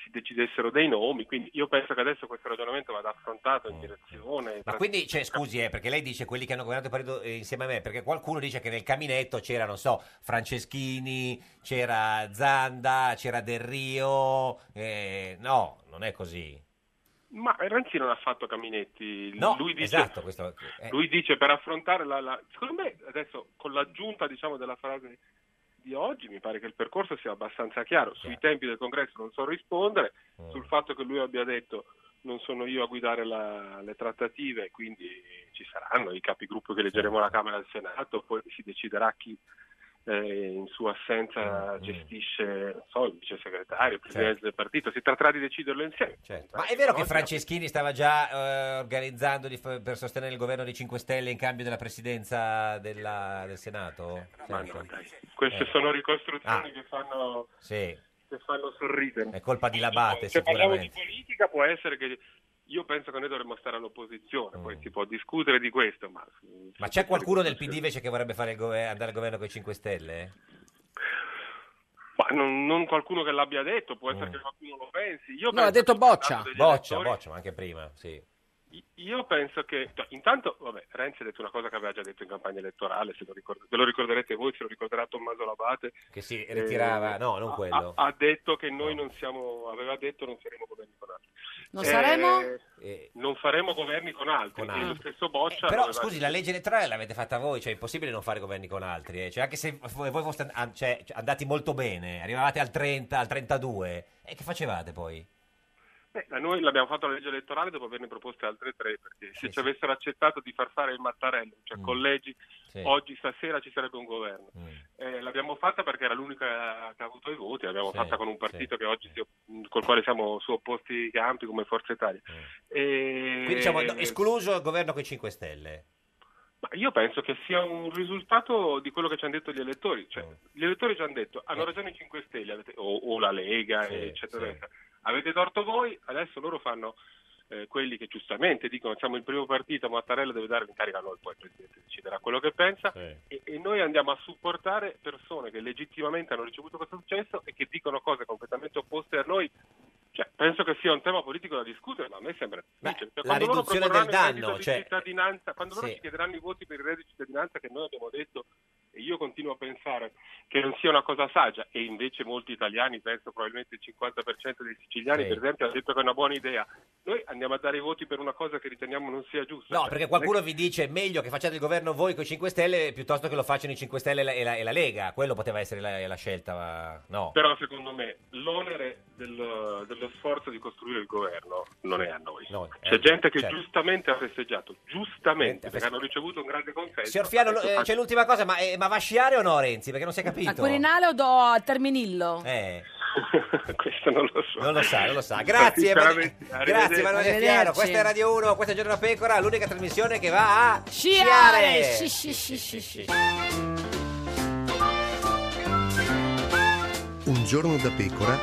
si decidessero dei nomi, quindi io penso che adesso questo ragionamento vada affrontato in direzione.
Mm. Ma quindi, cioè, scusi, eh, perché lei dice quelli che hanno governato il partito eh, insieme a me, perché qualcuno dice che nel caminetto c'era, non so, Franceschini, c'era Zanda, c'era Del Rio, eh, no, non è così.
Ma Renzi non ha fatto caminetti,
No,
lui dice
esatto, questo... eh,
Lui dice per affrontare la, la- Secondo me adesso con l'aggiunta diciamo, della frase di oggi mi pare che il percorso sia abbastanza chiaro. Sui tempi del congresso non so rispondere,
Mm.
sul fatto che lui abbia detto non sono io a guidare la- le trattative, quindi ci saranno i capigruppo che leggeremo alla Camera e al Senato, poi si deciderà chi eh, in sua
Mm,
assenza gestisce non so, il vice segretario, il
Certo.
presidente del partito, si tratterà di deciderlo insieme. Ah,
Ma è vero che Franceschini stava già eh, organizzando di f- per sostenere il governo dei 5 Stelle in cambio della presidenza della- del Senato?
Ma
Sento.
no, dai. Queste
Eh.
sono ricostruzioni
Ah.
che fanno...
Sì,
che fanno sorridere.
è colpa di Labate
Se parliamo di
Ah, sicuramente.
politica può essere che io penso che noi dovremmo stare all'opposizione, poi si può discutere di questo, ma
Mm. Ma c'è qualcuno del PD invece che vorrebbe fare il gover- andare al governo con i 5 Stelle?
ma non, non qualcuno che l'abbia detto, può
Mm.
essere che qualcuno lo pensi. Io
No, ha
penso-
detto boccia.
degli
Boccia,
elettori- Cioè,
boccia, ma anche prima, sì.
Io penso che cioè, intanto, vabbè, Renzi ha detto una cosa che aveva già detto in campagna elettorale, se lo ricord- ve lo ricorderete voi, se lo ricorderà Tommaso Labate. eh,
Che si ritirava- no, non
ha-
quello.
Ha, ha detto che noi non siamo, aveva detto non saremo governi con altri.
Non saremo?
Eh, non faremo governi con altri,
Con
quindi
altri.
lo stesso Boccia.
Però
aveva-
scusi, la legge elettorale l'avete fatta voi, cioè è impossibile non fare governi con altri. eh. Cioè, anche se voi voi foste an- an- cioè, andati molto bene, arrivavate al 30, al 32, e che facevate poi?
Eh, da noi l'abbiamo fatto la legge elettorale dopo averne proposte altre tre, perché se ci avessero accettato di far fare il Mattarello, cioè collegi,
Mm. Sì. Mm.
oggi stasera ci sarebbe un governo. Eh, l'abbiamo fatta perché era l'unica che ha avuto i voti, l'abbiamo
Sì,
fatta con un partito che oggi si opp- col quale siamo su opposti campi come Forza Italia. E-
Mm. Quindi diciamo, no, escluso il governo con i 5 Stelle.
Ma io penso che sia un risultato di quello che ci hanno detto gli elettori. Cioè,
Mm.
Gli elettori ci hanno detto, hanno ragione i 5 Stelle avete- o, o la Lega,
Eh. Sì,
eccetera.
sì.
eccetera. Avete torto voi, adesso loro fanno eh, quelli che giustamente dicono siamo il primo partito, Mattarella deve dare l'incarico a noi, poi il Presidente deciderà quello che pensa. E, e noi andiamo a supportare persone che legittimamente hanno ricevuto questo successo e che dicono cose completamente opposte a noi. Cioè, penso che sia un tema politico da discutere, ma a me sembra difficile. Cioè,
la
quando loro
riduzione
proporranno
del
il reddito
danno,
di
cioè-
cittadinanza, quando loro
Sì.
ci chiederanno i voti per il reddito di cittadinanza che noi abbiamo detto e io continuo a pensare che non sia una cosa saggia e invece molti italiani, penso probabilmente il 50% dei siciliani
Sì.
per esempio, ha detto che è una buona idea. Noi andiamo a dare i voti per una cosa che riteniamo non sia giusta.
No, perché qualcuno vi dice meglio che facciate il governo voi con i 5 Stelle piuttosto che lo facciano i 5 Stelle e la, e la- e la Lega. Quello poteva essere la, la scelta, ma no.
Eh, Però secondo me l'onere del- dello sforzo di costruire il governo non è a noi.
No, eh,
C'è gente che
certo.
giustamente ha festeggiato, giustamente, perché hanno ricevuto un grande consenso.
Signor Fiano,
Adesso
eh,
faccio-
c'è l'ultima cosa, ma, eh, ma va a sciare o no Renzi? Perché non si è
A
capito.
Quirinale o do- al Terminillo?
Eh.
Questo non lo so.
Non lo sa, non lo sa. Grazie, Emanuele-
Sinceramente,
grazie Emanuele
Arrivederci.
Fiano. Questa è Radio 1, questa è Giorno da Pecora, l'unica trasmissione che va a
Sciare! Sci,
sciare.
sci, sci, sci, sci.
Un giorno da pecora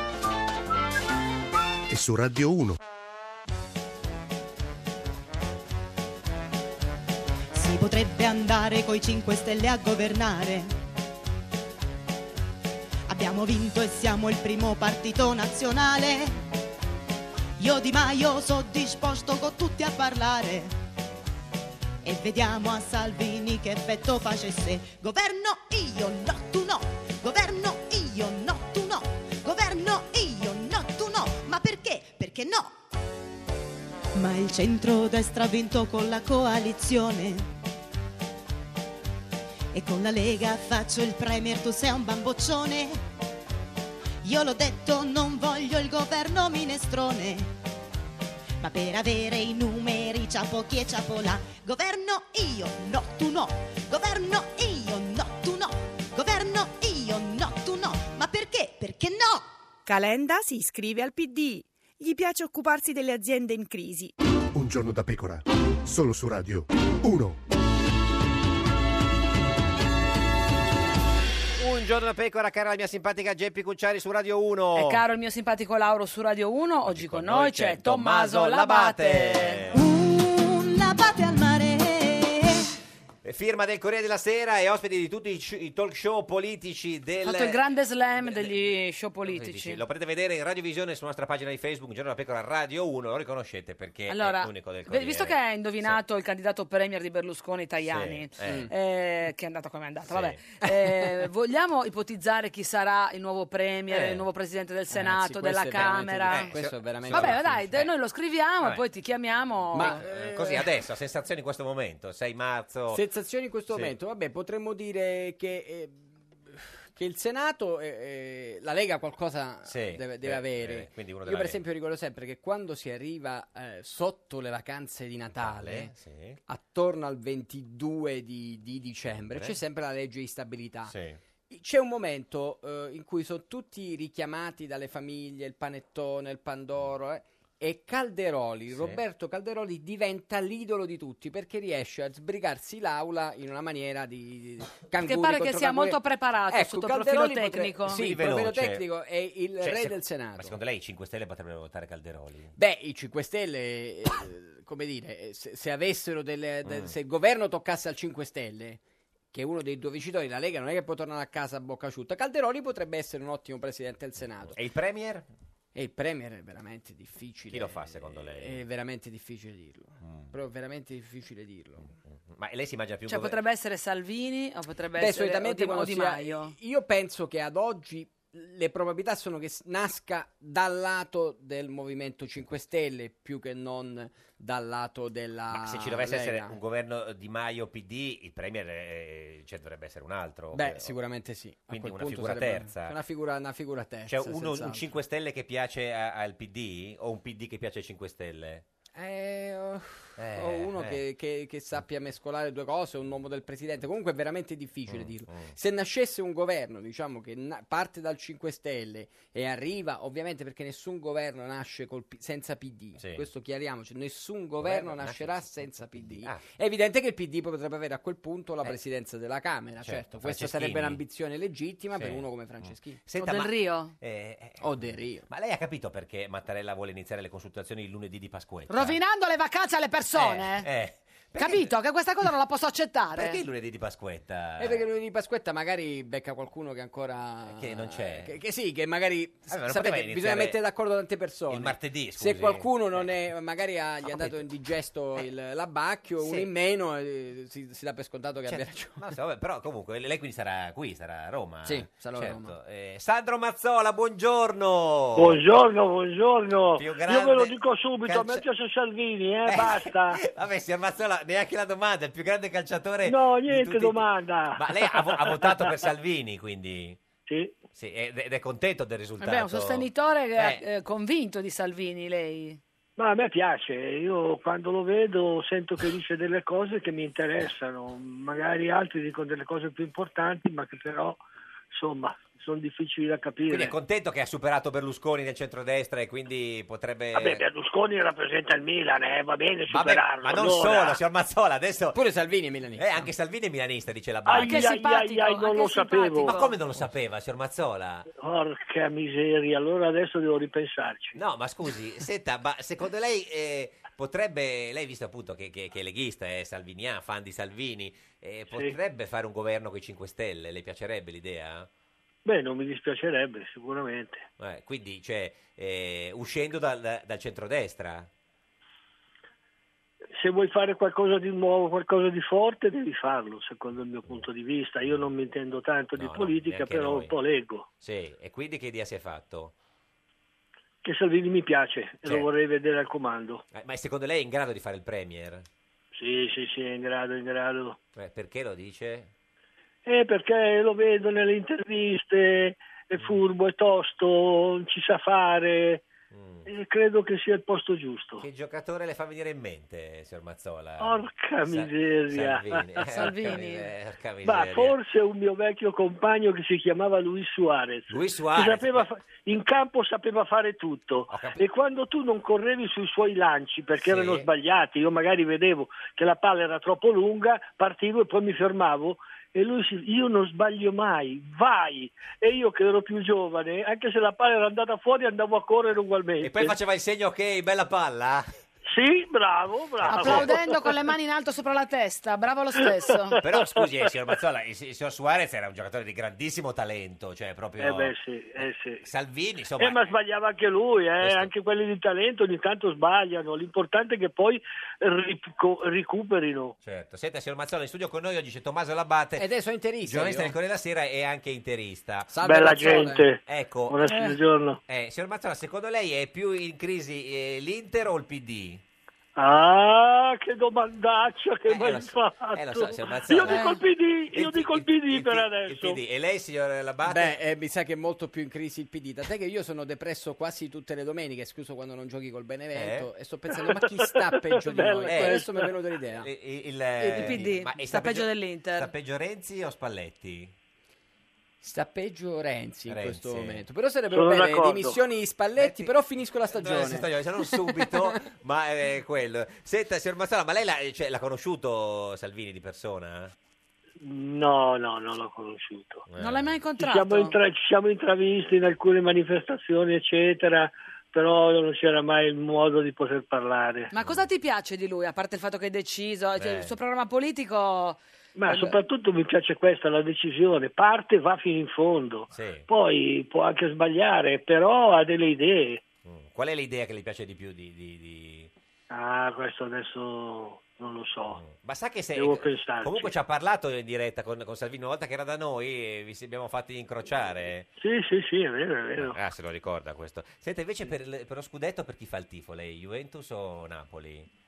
e su Radio 1.
potrebbe andare coi 5 Stelle a governare. Abbiamo vinto e siamo il primo partito nazionale. Io di Maio sono disposto con tutti a parlare. E vediamo a Salvini che effetto facesse. Governo io, no tu no. Governo io, no tu no. Governo io, no tu no. Ma perché? Perché no? Ma il centrodestra ha vinto con la coalizione. E con la Lega faccio il premier, tu sei un bamboccione. Io l'ho detto, non voglio il governo minestrone. Ma per avere i numeri ciapo chi e ciapo là. Governo io, no tu no. Governo io, no tu no. Governo io, no tu no. Ma perché? Perché no?
Calenda si iscrive al PD. Gli piace occuparsi delle aziende in crisi.
Un giorno da pecora, solo su Radio 1.
Un giorno da pecora, cara la mia simpatica Geppi Cucciari su Radio 1.
È caro il mio simpatico Lauro su Radio 1. Oggi con noi c'è Tommaso Labate.
Un labate al mare.
Firma del Corriere della Sera e ospiti di tutti i, sh- i talk show politici del...
Ha fatto il grande slam degli show politici.
Lo potete vedere in radiovisione sulla nostra pagina di Facebook, Giorno da Pecora Radio 1, lo riconoscete perché è
Allora,
l'unico del
v-
Corriere.
visto che hai indovinato il candidato premier di Berlusconi, Tajani,
Sì, eh.
eh, che è andata come è andata,
Sì.
vabbè, eh, vogliamo ipotizzare chi sarà il nuovo premier,
Eh.
il nuovo presidente del
sì,
Senato,
questo
della
è veramente
Camera?
difficile. Eh, questo è veramente
Vabbè,
difficile.
dai, dai, noi lo scriviamo
Eh. Vabbè.
e poi ti chiamiamo.
Ma eh, così adesso, sensazioni in questo momento, 6 marzo.
Sensazioni in questo
Sì.
momento, vabbè, potremmo dire che, eh, che il Senato, eh, eh, la Lega qualcosa
Sì,
deve, deve
eh,
avere.
eh, quindi
Io
uno della
per
Lega.
esempio ricordo sempre che quando si arriva eh, sotto le vacanze di Natale,
Natale, sì.
attorno al 22 di, di dicembre,
Beh.
c'è sempre la legge di stabilità.
Sì.
C'è un momento eh, in cui sono tutti richiamati dalle famiglie, il panettone, il pandoro eh, e Calderoli, Roberto Calderoli diventa l'idolo di tutti perché riesce a sbrigarsi l'aula in una maniera di, di
Che
canguri
pare che
contro
sia
canguri.
molto preparato
Ecco,
sotto il
Calderoli
profilo
potre-
tecnico.
sì, il
Veloce.
profilo tecnico è il
Cioè,
re
se-
del
Ma
Senato.
secondo lei i 5 Stelle potrebbero votare Calderoli?
Beh, i 5 Stelle, eh, come dire, eh, se, se avessero delle, de-
Mm.
se il governo toccasse al 5 Stelle, che è uno dei due vincitori, la Lega non è che può tornare a casa a bocca asciutta. Calderoli potrebbe essere un ottimo presidente del Senato.
E il Premier?
E il Premier è veramente difficile.
Chi lo fa Mm. secondo lei?
È veramente difficile dirlo. Però è veramente difficile dirlo.
Ma lei si immagina più un governo-
Cioè, potrebbe essere Salvini o potrebbe
Beh,
essere o
solitamente
Di, o
quando
Di
si ha-
Maio.
Io penso che ad oggi le probabilità sono che s- nasca dal lato del Movimento 5 Stelle più che non dal lato della
Ma se ci dovesse
Lega.
essere un governo di Maio PD, il Premier eh, cioè, dovrebbe essere un altro.
Beh,
O-
sicuramente sì. A
Quindi
quel
una
punto
figura
sarebbe-
terza.
Una figura, una figura terza.
Cioè uno, un
senz'altro.
5 Stelle che piace a- al PD o un PD che piace ai 5 Stelle?
Eh, oh,
Eh,
o uno
eh.
che, che- che sappia mescolare due cose, un uomo del presidente. Comunque è veramente
Mm.
difficile dirlo. Se nascesse un governo, diciamo che na- parte dal 5 Stelle e arriva, ovviamente perché nessun governo nasce col P- senza PD.
Sì.
Questo chiariamoci, nessun governo,
Governo nasce
nascerà senza PD.
Ah.
È evidente che il PD potrebbe avere a quel punto la presidenza della Camera, certo.
Eh.
Questa
certo, Franceschini.
sarebbe un'ambizione legittima per
Sì.
uno come Franceschini.
Senta, ma- eh, eh, Ma lei ha capito perché Mattarella vuole iniziare le consultazioni il lunedì di Pasquetta?
Rovinando le vacanze alle persone.
Eh,
Capito che questa cosa non la posso accettare.
Ah, perché il lunedì di Pasquetta?
E Eh, perché lunedì di Pasquetta magari becca qualcuno che ancora...
Eh, Che non c'è.
eh, Che, che sì, che magari...
Vabbè, non poteva
sapete,
iniziare
bisogna mettere d'accordo tante persone.
il martedì,
Se
scusi. Eh.
qualcuno non è... Magari ha- gli
Ho
è andato
capito. Eh.
in digesto il- l'abbacchio,
Sì.
uno in meno, eh, si, si dà per scontato che
Certo.
abbia ragione.
No, sì, vabbè, però comunque lei quindi sarà qui, sarà a Roma.
Sì, sarò a
Certo.
Roma.
Eh, Sandro Mazzola, buongiorno.
Buongiorno, buongiorno.
Più grande
Io ve lo dico subito,
calcia-
mi piace Salvini, eh, basta.
Vabbè, signor Mazzola, neanche la domanda, il più grande calciatore.
No,
di
niente
tutti i-
domanda.
Ma lei ha, vo- ha votato per Salvini, quindi?
Sì.
ed ed è contento del risultato.
Vabbè, è un sostenitore eh, eh, convinto di Salvini, lei.
Ma a me piace, io quando lo vedo sento che dice delle cose che mi interessano, magari altri dicono delle cose più importanti, ma che però, insomma, sono difficili da capire.
Quindi è contento che ha superato Berlusconi nel centrodestra e quindi potrebbe...
Vabbè, Berlusconi rappresenta il Milan, eh, va bene
Vabbè,
superarlo.
ma non
allora.
solo, signor Mazzola, adesso...
Pure Salvini è milanista.
Eh, anche Salvini è milanista, dice la
Ai,
Banca.
ai, ai, ai, non lo sapevo.
Ma come non lo sapeva, signor Mazzola?
Porca miseria, allora adesso devo ripensarci.
No, ma scusi, senta, ma secondo lei eh, potrebbe, lei visto appunto che, che, che è leghista, è salvinian, fan di Salvini, eh, potrebbe fare un governo con i 5 Stelle? Le piacerebbe l'idea?
Beh, non mi dispiacerebbe sicuramente.
Eh, quindi, cioè, eh, uscendo dal, dal centrodestra?
Se vuoi fare qualcosa di nuovo, qualcosa di forte, devi farlo, secondo il mio punto di vista. Io non mi intendo tanto di
No, no,
politica,
neanche
però
noi.
un po' leggo.
Sì, e quindi che idea si è fatto?
Che Salvini mi piace e
Certo.
lo vorrei vedere al comando.
Eh, ma secondo lei è in grado di fare il Premier?
Sì, sì, sì, è in grado, è in grado.
Eh, perché lo dice?
Eh, perché lo vedo nelle interviste,
Mm.
è furbo, è tosto, ci sa fare.
Mm.
E credo che sia il posto giusto.
Che giocatore le fa venire in mente, signor Mazzola?
Porca miseria.
Salvini. Eh,
Salvini.
porca miseria, porca
Ma
miseria.
forse un mio vecchio compagno che si chiamava Luis Suarez.
Luis
Che
Suarez,
sapeva fa- in campo sapeva fare tutto. E quando tu non correvi sui suoi lanci perché
Sì.
erano sbagliati, io magari vedevo che la palla era troppo lunga, partivo e poi mi fermavo. E lui si, io non sbaglio mai, vai! E io che ero più giovane, anche se la palla era andata fuori, andavo a correre ugualmente.
E poi faceva il segno ok, bella palla?
Sì, bravo, bravo.
Applaudendo con le mani in alto sopra la testa, bravo lo stesso.
Però scusi, eh, signor Mazzola, il, il signor Suarez era un giocatore di grandissimo talento, cioè proprio...
Eh beh, sì, eh sì.
Salvini, insomma...
Eh, ma sbagliava anche lui, eh,
Questo-
anche quelli di talento ogni tanto sbagliano, l'importante è che poi rico- recuperino.
Certo, senta signor Mazzola, in studio con noi oggi c'è Tommaso Labate.
Ed adesso è interista.
Giornalista
io.
del Corriere della Sera e anche interista.
Salve,
Bella
Mazzola.
gente.
Ecco.
Buonasera, buongiorno.
Eh, signor Mazzola, secondo lei è più in crisi eh, l'Inter o il PD?
Ah, che domandaccia che mi
lo
hai
so,
fatto.
eh, lo so, signor Mazzola.
io dico il PD, io dico il PD per adesso.
E lei, signor Labate?
Beh, eh, mi sa che è molto più in crisi il PD. Tant'è che io sono depresso quasi tutte le domeniche, escluso quando non giochi col Benevento.
Eh?
ecco, E sto pensando, ma chi sta peggio di
Bello
noi?
questo. Eh,
Adesso mi è venuta l'idea.
Il,
Il PD
ma- e
sta peggio
dell'Inter.
Sta peggio Renzi o Spalletti?
Sta peggio Renzi in
Renzi.
questo momento. Però sarebbero
Sono
belle
d'accordo.
dimissioni di Spalletti, però finisco la
No,
stagione.
se sto- se non subito, ma è quello. Senta, signor Mazzola, ma lei l'ha, cioè, l'ha conosciuto Salvini di persona? Eh,
No, no, non l'ho conosciuto.
Non l'hai mai
Ci
incontrato?
siamo, intra- ci siamo intravisti in alcune manifestazioni, eccetera, però non c'era mai il modo di poter parlare.
Ma cosa ti piace di lui, a parte il fatto che è deciso? cioè,
Beh.
il suo programma politico...
Ma
Eh,
soprattutto mi piace questa, la decisione, parte va fino in fondo, poi può anche sbagliare, però ha delle idee.
Qual è l'idea che le piace di più di... di- di-
Ah, questo adesso non lo so.
Ma sa che se...
Devo pensarci.
Comunque ci ha parlato in diretta con, con Salvini una volta che era da noi e vi si- abbiamo fatti incrociare.
Sì, sì, sì, è vero, è vero.
Ah, se lo ricorda questo. Senta, invece per, il- per lo scudetto per chi fa il tifo? Lei Juventus o Napoli?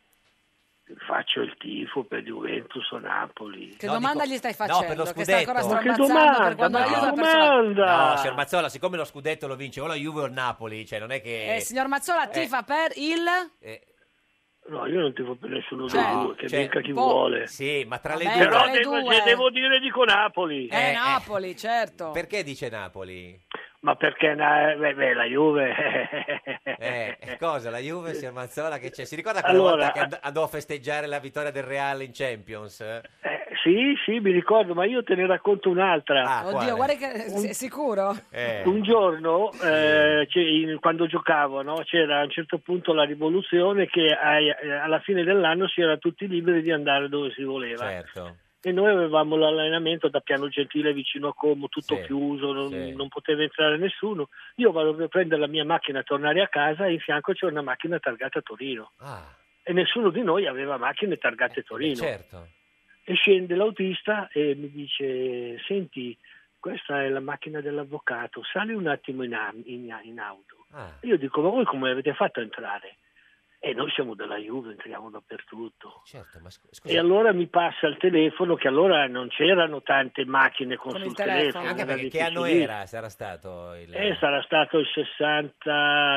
Faccio il tifo per Juventus o Napoli.
Che domanda gli stai facendo?
No, per lo
che sta ancora
scudetto. Ma che
stramazzando per
domanda,
quando
ma
arriva
che
la persona...
No, signor Mazzola, siccome lo scudetto lo vince o la Juve o il Napoli, cioè non è che...
Eh, signor Mazzola,
Eh.
tifa per il...
No, io non tifo per nessuno dei
No,
due, che
cioè,
vinca chi
boh.
vuole.
Sì, ma tra le
Vabbè,
due...
Però
tra le
devo,
due.
devo dire dico Napoli.
Eh, Napoli, certo.
Perché dice Napoli?
Ma perché na- beh, beh, la Juve...
Eh, cosa, la Juve, signor Mazzola, che c'è? Si ricorda quella
Allora-
volta che and- andò a festeggiare la vittoria del Real in Champions?
Sì, sì, mi ricordo, ma io te ne racconto un'altra.
Oddio, guarda che... sei sicuro?
Ah, Eh.
Un giorno, eh, c'è- in- quando giocavo, no, c'era a un certo punto la rivoluzione che ai- eh, alla fine dell'anno si era tutti liberi di andare dove si voleva.
Certo.
E noi avevamo l'allenamento da Piano Gentile vicino a Como, tutto
Sì,
chiuso, non,
sì.
non poteva entrare nessuno. Io vado per prendere la mia macchina e tornare a casa e in fianco c'è una macchina targata Torino.
Ah,
E nessuno di noi aveva macchine targate Torino.
certo.
E scende l'autista e mi dice: Senti, questa è la macchina dell'avvocato, sali un attimo in, am- in- in auto.
Ah.
Io dico: Ma voi come avete fatto a entrare? E noi siamo della Juve, entriamo dappertutto.
Certo, ma scu- scusi,
E allora mi passa il telefono, che allora non c'erano tante macchine con,
Con
sul
il telefono. Anche
era
perché che anno
difficilissimo.
era? Sarà stato il...
Eh, sarà stato il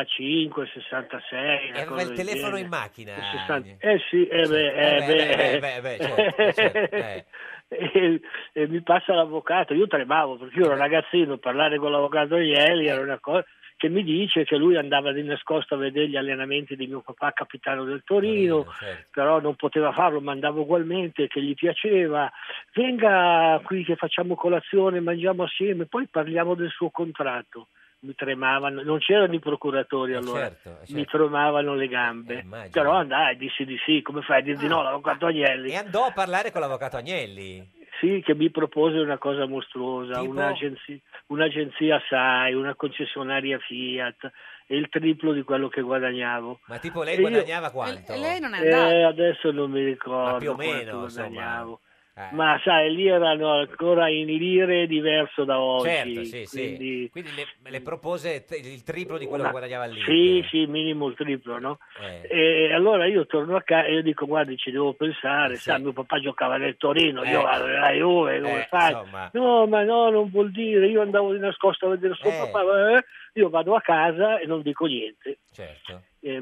65, 66. una
E aveva
cosa
Eh, il
del
telefono
genere.
in macchina.
Il 60 Eh sì, eh beh,
Eh
eh beh.
beh, eh beh, eh beh, certo, certo, eh.
e, e mi passa l'avvocato. Io tremavo perché io ero ragazzino, parlare con l'avvocato ieri era una cosa che mi dice che lui andava di nascosto a vedere gli allenamenti di mio papà capitano del Torino,
certo.
però non poteva farlo, ma andava ugualmente, che gli piaceva. Venga qui che facciamo colazione, mangiamo assieme, poi parliamo del suo contratto. Mi tremavano, non c'erano i procuratori allora,
certo, eh,
mi
certo. Eh,
tremavano le gambe, però andai, dissi di sì, come fai a dire di no, l'avvocato Agnelli?
Ah. E andò a parlare con l'avvocato Agnelli.
Sì, che mi propose una cosa mostruosa,
Tipo?
un'agenzia, un'agenzia SAI, una concessionaria Fiat, e il triplo di quello che guadagnavo.
Ma tipo lei
E io-
guadagnava quanto?
Eh, adesso non mi ricordo
Ma più o meno,
quanto
insomma.
guadagnavo.
Eh.
Ma sai, lì erano ancora in lire diverso da oggi.
Certo, sì, sì.
quindi-
Quindi, le, le propose t- il triplo di quello
Una-
che guadagnava lì.
Sì, sì, minimo il triplo, no?
Eh.
E allora io torno a casa e io dico, guardi, ci devo pensare, sa, mio papà giocava nel Torino,
Eh.
io vado nella Juve, come
Eh,
fai?
insomma.
No, ma no, non vuol dire, io andavo di nascosto a vedere suo papà, eh, io vado a casa e non dico niente.
Certo.
Eh,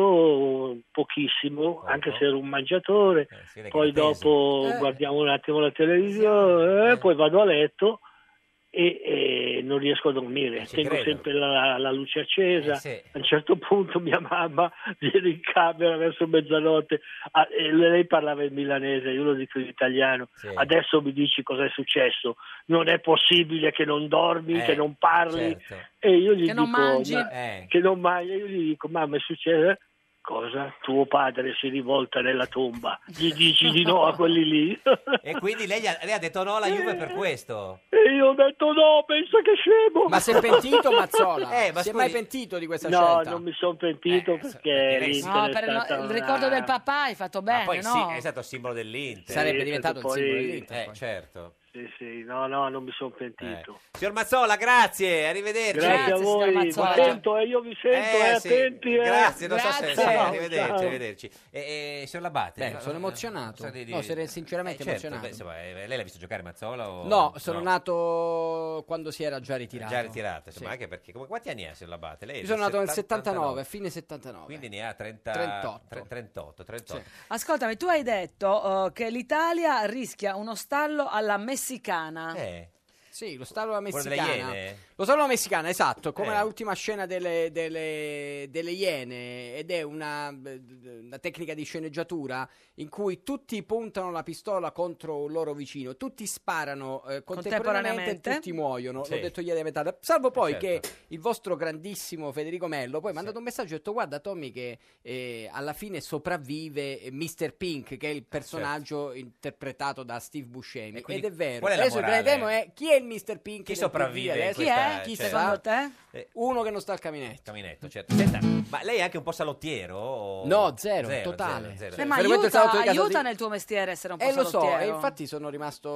mangio pochissimo, anche se ero un mangiatore, poi dopo
Eh.
guardiamo un attimo la televisione, eh, poi vado a letto e, e non riesco a dormire,
Eh, ci
tengo
credo.
sempre la, la luce accesa,
Eh, sì.
a un certo punto mia mamma viene in camera verso mezzanotte, Ah, e lei parlava in milanese, io lo dico in italiano, adesso mi dici cosa è successo, non è possibile che non dormi,
Eh,
che non parli,
certo.
e io gli
Che non
dico,
mangi.
"Ma-
Eh.
che non mangi, io gli dico, mamma è successo, cosa? Tuo padre si rivolta nella tomba, gli dici di no a quelli lì?
E quindi lei, gli ha- lei ha detto no alla Juve
Eh.
per questo.
E io ho detto no, pensa che scemo.
Ma si è pentito Mazzola?
Eh, ma
si è
scusi-
mai pentito di questa
no,
scelta?
non mi sono pentito perché
lei-
l'Inter
No,
è
per il,
stata
il
una-
ricordo del papà hai fatto bene,
Poi
no?
sì, è stato simbolo dell'Inter.
Sarebbe Sì, diventato
stato il poi- simbolo dell'Inter,
Eh, certo.
Sì, sì, no, no, non mi sono pentito.
Signor Mazzola, Eh. grazie, arrivederci.
Grazie, a voi,
Buona
vi sento, eh, io vi sento, eh,
Eh, sì.
attenti. eh.
Grazie, non so se- sì,
Ciao,
arrivederci,
ciao.
arrivederci. E, e, signor Labate,
Beh,
no,
sono
no,
emozionato.
so di- di-
No, sono sinceramente
Eh, certo,
emozionato.
beh, insomma, eh, lei l'ha visto giocare Mazzola? O...
No, sono nato quando si era già ritirato.
Già ritirato, insomma,
Sì.
anche perché come, quanti anni ha signor Labate? Lei è
Io
del
sono nato nel
79,
79, fine 79.
quindi ne ha 30,
38.
38. 38,
Ascoltami, tu hai detto eh, che l'Italia rischia uno stallo alla messicana.
Eh.
Sì, lo stallo alla
Quello delle
messicana.
Iene?
Lo stallo alla messicana, esatto, come
Eh.
la ultima scena delle, delle- delle Iene ed è una, una tecnica di sceneggiatura in cui tutti puntano la pistola contro un loro vicino, tutti sparano eh, contemporaneamente
Contemporaneamente.
e tutti muoiono.
Sì.
L'ho detto ieri a metà. Salvo poi
Eh,
Certo.
che il vostro grandissimo Federico Mello poi ha mandato un messaggio e ha detto guarda Tommy che eh, alla fine sopravvive eh, Mr. Pink che è il personaggio interpretato da Steve Buscemi.
certo. quindi
Ed è vero.
qual è la
Adesso il
morale?
grande tema è chi è il Mr. Pink?
Chi
del
sopravvive
PD
in
adesso?
questa-
Chi è? Chi
cioè-
secondo te?
Eh.
Uno che non sta al caminetto.
Caminetto, certo. Senta, ma lei è anche un po' salottiero? o-
No, zero, totale.
zero,
Eh, ma
Per quanto
aiuta,
riguarda il caso
aiuta
di-
nel tuo mestiere
Eh,
essere un po'
E lo so,
salottiero.
e infatti sono rimasto,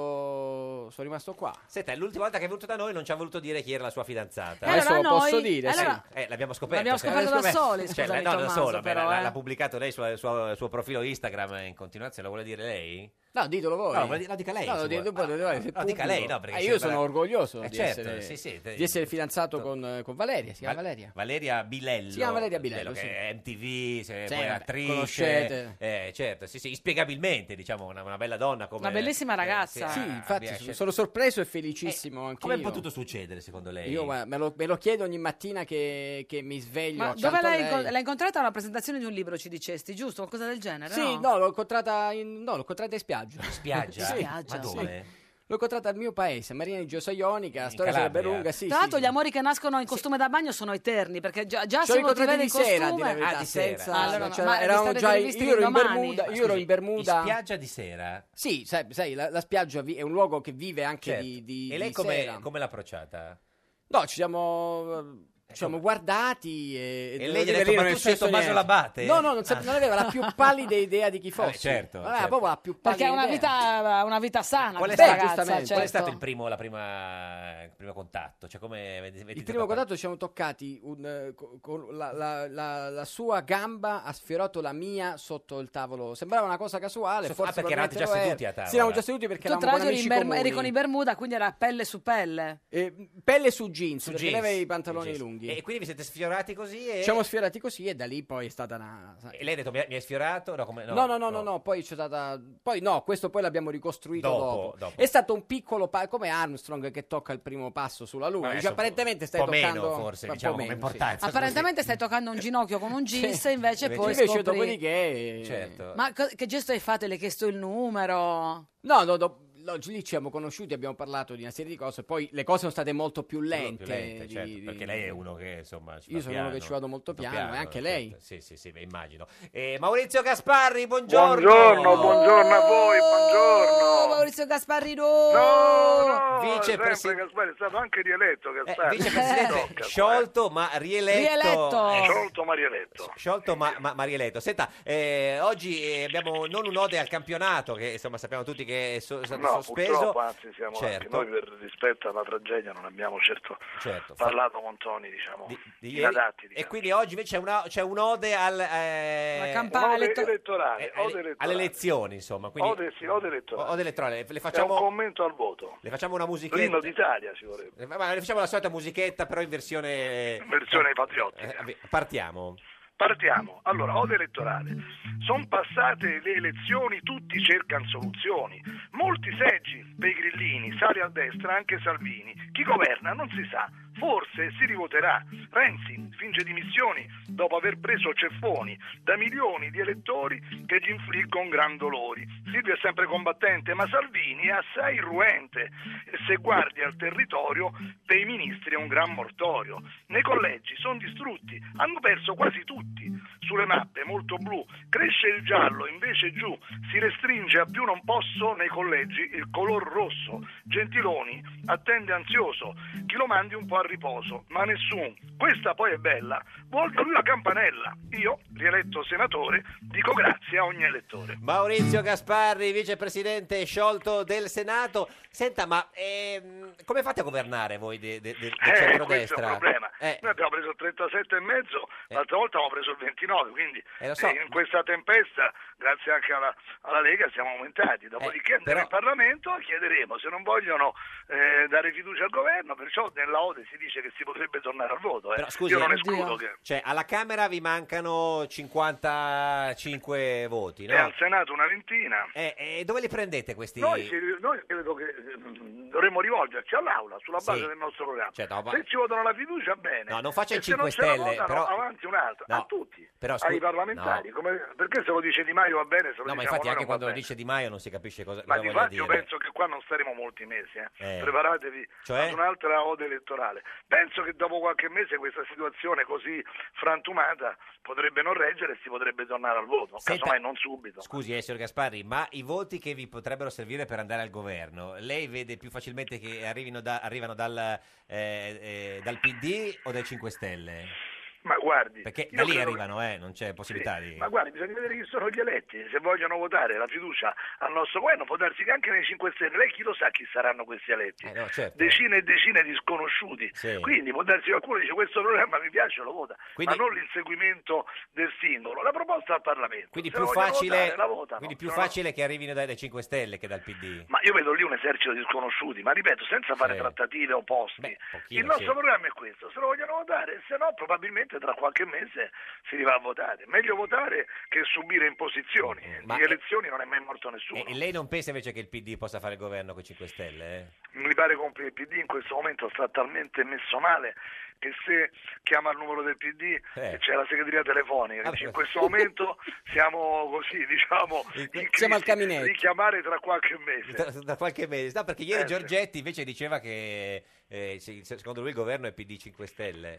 sono rimasto qua.
Senta, l'ultima volta che è venuto da noi non ci ha voluto dire chi era la sua fidanzata.
Eh, Adesso allora lo posso noi- dire, allora-
Eh, l'abbiamo scoperto.
L'abbiamo
cioè-
scoperto da soli,
Cioè,
scusami,
no, da
Tommaso,
solo, beh,
però,
l'ha,
eh.
l'ha pubblicato lei sul suo, suo profilo Instagram eh, in continuazione, lo vuole dire lei?
No, ditelo voi.
No, lo vuole dire- no, dica lei,
No,
se
lo dico-
vuole.
dopo- dopo-
Ah,
dopo-
no, dica lei, no, perché
Ah,
se
io
parla-
sono orgoglioso
Eh,
di,
certo,
essere,
sì, sì, te- Certo.
di essere fidanzato con, eh, con Valeria. Si chiama
Val-
Valeria.
Valeria Bilello.
Si chiama Valeria Bilello,
che è MTV, se
Sì,
poi è
vabbè,
attrice.
conoscete.
Eh, certo, sì, sì, inspiegabilmente, diciamo, una, una bella donna come...
Una bellissima ragazza.
eh,
Sì,
ah,
infatti
abbia
so-
scelto-
sono sorpreso e felicissimo anche
Come è
io.
potuto succedere, secondo lei?
Io guarda, me lo, me lo chiedo ogni mattina che, che mi sveglio.
Ma
accanto
dove
a
l'hai,
lei.
incont- l'hai incontrata a una presentazione di un libro, ci dicesti, giusto? Qualcosa del genere,
Sì,
no?
no, l'ho incontrata in, no, l'ho incontrata in spiaggia.
Spiaggia?
Sì.
Spiaggia.
Ma dove?
L'ho incontrata al mio paese, Marina di Giosaionica, la storia sarebbe
Calabria.
lunga, Eh, sì.
Tra
sì,
l'altro gli amori che nascono in costume da bagno sono eterni, perché già, già
Ci ho
se uno ti
incontrati
vede
di
in
sera,
costume...
di la verità,
Ah, di sera.
senza-
Allora,
cioè,
ma vi
eravamo
starete
già-
rivisti
io ero in
domani?
Bermuda,
Ma
io ero in Bermuda.
In spiaggia di sera?
Sì, sai, sai, la, la spiaggia vi- è un luogo che vive anche
Certo.
di, di
e lei
di
come,
sera.
come l'ha approcciata?
No, ci siamo... Ci siamo guardati e,
eh, E lei gli ha
devo
detto,
dire,
"Ma
non è
tu sei
successo
Tommaso
niente."
Labate?
No, no, non, sa-
Ah.
non aveva la più pallida idea di chi fosse.
Vabbè, certo,
Non aveva
certo.
proprio la più
Perché
pallida
è una
idea.
vita, una vita sana
Qual è,
questa
stato-
ragazza,
giustamente,
certo.
Qual è stato il primo, la prima, il primo contatto? Cioè, come
Il primo contatto ci siamo toccati, un, eh, co- con la, la- la- la sua gamba ha sfiorato la mia sotto il tavolo. Sembrava una cosa casuale,
So-
forse
ah, perché eravate già
probabilmente lo
seduti
era.
a tavola.
Sì, eravamo già seduti perché
Tu tra
eravamo
l'altro
con
eri, in
amici
Berm-
comuni.
eri con i Bermuda, quindi era pelle su pelle.
Eh, pelle su jeans, perché
jeans.
aveva i pantaloni
Jeans.
lunghi. lunghi.
E quindi vi siete sfiorati così e...
Ci siamo sfiorati così e da lì poi è stata una...
E lei ha detto mi, mi hai sfiorato? Eh, No, come-
No, no, no, no, no, poi c'è stata. Poi no, questo poi l'abbiamo ricostruito
Dopo,
dopo.
dopo.
È stato un piccolo passo, come Armstrong che tocca il primo passo sulla Luna.
Adesso
Cioè, apparentemente stai
un po' meno,
toccando.
forse,
ma un po'
diciamo, come
meno, Certo, sì.
importanza.
Apparentemente stai toccando un ginocchio con un gis,
Sì.
invece
Invece-
poi
invece
scopri-
dopodiché. eh,
Certo.
Ma co- che gesto hai fatto? Le hai chiesto il numero?
No, no, no, no, lì ci siamo conosciuti, abbiamo parlato di una serie di cose. Poi le cose sono state molto più lente.
Più lente,
di-
certo,
di-
perché lei è uno che insomma ci
Io
va
sono
piano,
uno che ci vado molto piano, eh. e anche
certo.
lei.
Sì, sì, sì, beh, immagino. Eh, Maurizio Gasparri, buongiorno.
Buongiorno,
buongiorno
a voi, buongiorno. Oh, Maurizio Gasparri, no!
Vicepresi-
Gaspari è stato
Eh,
anche rieletto Gaspari.
Sciolto ma rieletto. Eh,
Sciolto ma rieletto.
Sciolto ma, ma, ma rieletto. Senta, eh, oggi eh, abbiamo non un'ode al campionato, che insomma sappiamo tutti che è so- è stato
No,
sospeso.
purtroppo, anzi, siamo anche
Certo.
noi per rispetto alla tragedia non abbiamo certo,
Certo.
parlato con toni, diciamo,
Di ieri.
inadatti.
E quindi oggi invece c'è, una- c'è un'ode al, eh,
Ode elettorale,
eh,
ode elettorale.
alle elezioni, insomma. Quindi,
Ode, sì, ode elettorale.
ode elettorale. Le
È un
facciamo,
commento al voto.
le facciamo una musichetta.
L'inno d'Italia ci vorrebbe.
Eh, ma le facciamo la solita musichetta, però in versione.
Versione patriottica.
Eh, partiamo.
Partiamo. Allora, ode elettorale. Sono passate le elezioni, tutti cercano soluzioni. Molti seggi per i grillini, sale a destra anche Salvini. Chi governa non si sa, forse si rivoterà. Renzi finge dimissioni dopo aver preso ceffoni da milioni di elettori che gli infliggono gran dolori. Silvio è sempre combattente, ma Salvini è assai irruente. E Se guardi al territorio, per i ministri è un gran mortorio. Nei collegi sono distrutti, hanno perso quasi tutti. Sulle mappe molto blu cresce il giallo, invece giù si restringe a più non posso nei collegi il color rosso. Gentiloni attende ansioso, chi lo mandi un po' a riposo, ma nessuno. Questa poi è bella, vuol da lui la campanella. Io, rieletto senatore, dico grazie a ogni elettore.
Maurizio Gasparri, vicepresidente sciolto del Senato. Senta, ma ehm, come fate a governare voi de- de- de- del
Eh, questo è
centrodestra?
un problema.
Eh,
Noi abbiamo preso il 37 e mezzo, l'altra volta abbiamo preso il 29, quindi
Eh, lo so.
eh, in questa tempesta, grazie anche alla, alla Lega, siamo aumentati.
Eh,
Dopodiché andremo in Parlamento e chiederemo se non vogliono eh, dare fiducia al governo, perciò nella Ode si dice che si potrebbe tornare al voto. eh.
però, scusi,
Io non
eh,
escludo che...
cioè, alla Camera vi mancano 55 voti,
E al
no?
Senato una ventina.
E dove li prendete questi?
Noi, ci- noi credo che mm, dovremmo rivolgerci all'Aula sulla base
Sì.
del nostro programma.
Certo, ma-
Se ci votano la fiducia, bene.
No, non faccia
E
il
se non
5
ce la
Stelle,
votano,
però-
avanti un'altra.
No,
a tutti,
però scu-
ai parlamentari.
no.
come- Perché se lo dice Di Maio va bene, se lo
No,
diciamo
ma infatti
noi non
anche
va
quando lo
bene.
dice Di Maio non si capisce cosa,
Ma
cosa
di
voglia
fatto io
dire.
penso che qua non staremo molti mesi, eh.
Eh.
preparatevi
Cioè?
ad un'altra ode elettorale. Penso che dopo qualche mese questa situazione così frantumata potrebbe non reggere e si potrebbe tornare al voto,
Senta-
casomai non subito.
Scusi, eh, signor Gasparri, ma i voti che vi potrebbero servire per andare al governo, lei vede più facilmente che arrivino da- arrivano dal, eh, eh, dal PD o dai 5 Stelle?
Ma guardi,
Perché
io
da lì
credo-
arrivano, eh, non c'è possibilità di...
Ma guardi, bisogna vedere chi sono gli eletti, se vogliono votare la fiducia al nostro governo, può darsi che anche nei 5 Stelle, lei chi lo sa chi saranno questi eletti?
Eh, no, certo.
Decine e decine di sconosciuti,
Sì.
quindi può darsi che qualcuno dice questo programma mi piace lo vota,
Quindi-
ma non l'inseguimento del singolo, la proposta al Parlamento.
Quindi
Se
più,
la vogliono
facile,
votare, la votano.
quindi più
Se no no.
facile che arrivino dai, dai 5 Stelle che dal PD.
Ma io vedo lì un esercito di sconosciuti, ma ripeto, senza fare
Sì.
trattative o posti.
pochino,
Il nostro
sì.
programma è questo, se lo vogliono votare, se no probabilmente tra qualche mese si va a votare. Meglio votare che subire imposizioni.
Ma-
Di elezioni non è mai morto nessuno.
E, e lei non pensa invece che il PD possa fare il governo con 5 Stelle? eh?
Mi pare che il PD in questo momento sta talmente messo male che se chiama il numero del PD
Eh. Ah,
c'è la segreteria telefonica.
Vabbè.
In questo momento siamo così, diciamo, in crisi.
al caminetto.
richiamare tra qualche mese.
Da, da qualche mese. No, perché ieri
Eh, sì.
Giorgetti invece diceva che eh, sì, secondo lui il governo è PD 5 Stelle.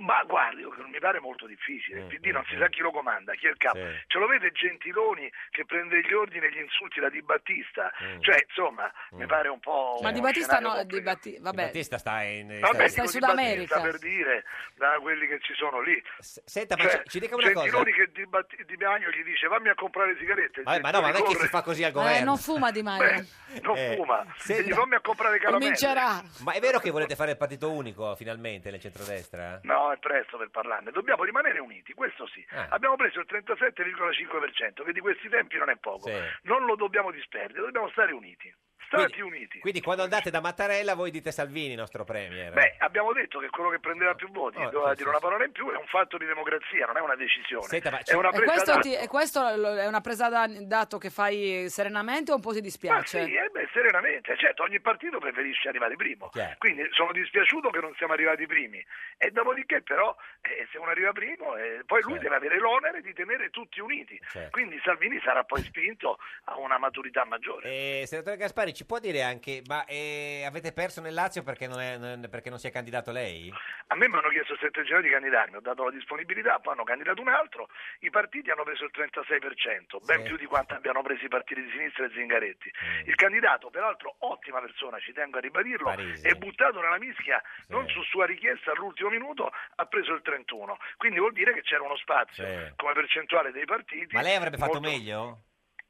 Ma guardi, io- mi pare molto difficile. Il
Mm,
PD
mm,
non si
mm.
sa chi lo comanda, chi è il capo.
Sì.
Ce lo vede Gentiloni che prende gli ordini e gli insulti da Di Battista.
Mm.
Cioè, insomma, mi pare un po'.
Ma
uno
Di Battista
scenario
no,
complicato.
Di Batti- vabbè.
Battista sta in...
Vabbè,
sta-
dico Di Battista per dire da quelli che ci sono lì.
Senta, ma ci- ci dica una
Gentiloni
cosa.
che Di, Batti- Di Bagno gli dice "Vammi a comprare le sigarette".
Vabbè, ma no, ma non è che si fa così al governo. Eh.
Eh, non fuma Di Maio.
non fuma.
senta-
Gli fammi a comprare le caramelle.
Ma è vero che volete fare il partito unico finalmente nel centrodestra?
No, è presto per parlarne. Dobbiamo rimanere uniti, questo sì.
Ah.
Abbiamo preso il 37,5%, che di questi tempi non è poco.
Sì.
Non lo dobbiamo disperdere, dobbiamo stare uniti. Stati Uniti.
Quindi quando andate da Mattarella voi dite Salvini, nostro premier.
Beh, abbiamo detto che quello che prendeva più voti
Eh, Oh,
doveva
sì,
dire
sì,
una
sì.
parola in più, è un fatto di democrazia, non è una decisione.
Senta, ma
è una
E
presa
questo,
d'atto.
ti- e questo lo- è una presa da- dato che fai serenamente o un po' ti
Ma
dispiace?
sì, eh beh, serenamente, certo, ogni partito preferisce arrivare primo.
Chiaro.
Quindi sono dispiaciuto che non siamo arrivati primi. E dopodiché però, eh, se uno arriva primo, eh, poi lui deve avere l'onere di tenere tutti uniti.
Certo.
Quindi Salvini sarà poi spinto a una maturità maggiore.
Eh, senatore Gaspari, ci può dire anche, ma eh, avete perso nel Lazio perché non, è- non- perché non si è candidato lei?
A me mi hanno chiesto il 7 gennaio di candidarmi, ho dato la disponibilità, poi hanno candidato un altro, i partiti hanno preso il 36%, ben
Sì. Mm.
più di quanto abbiano preso i partiti di sinistra e Zingaretti. Il candidato, peraltro ottima persona, ci tengo a ribadirlo, è buttato nella mischia, non su sua richiesta all'ultimo minuto, ha preso il 31%, quindi vuol dire che c'era uno spazio
Sì.
come percentuale dei partiti.
Ma lei avrebbe fatto
molto-
meglio?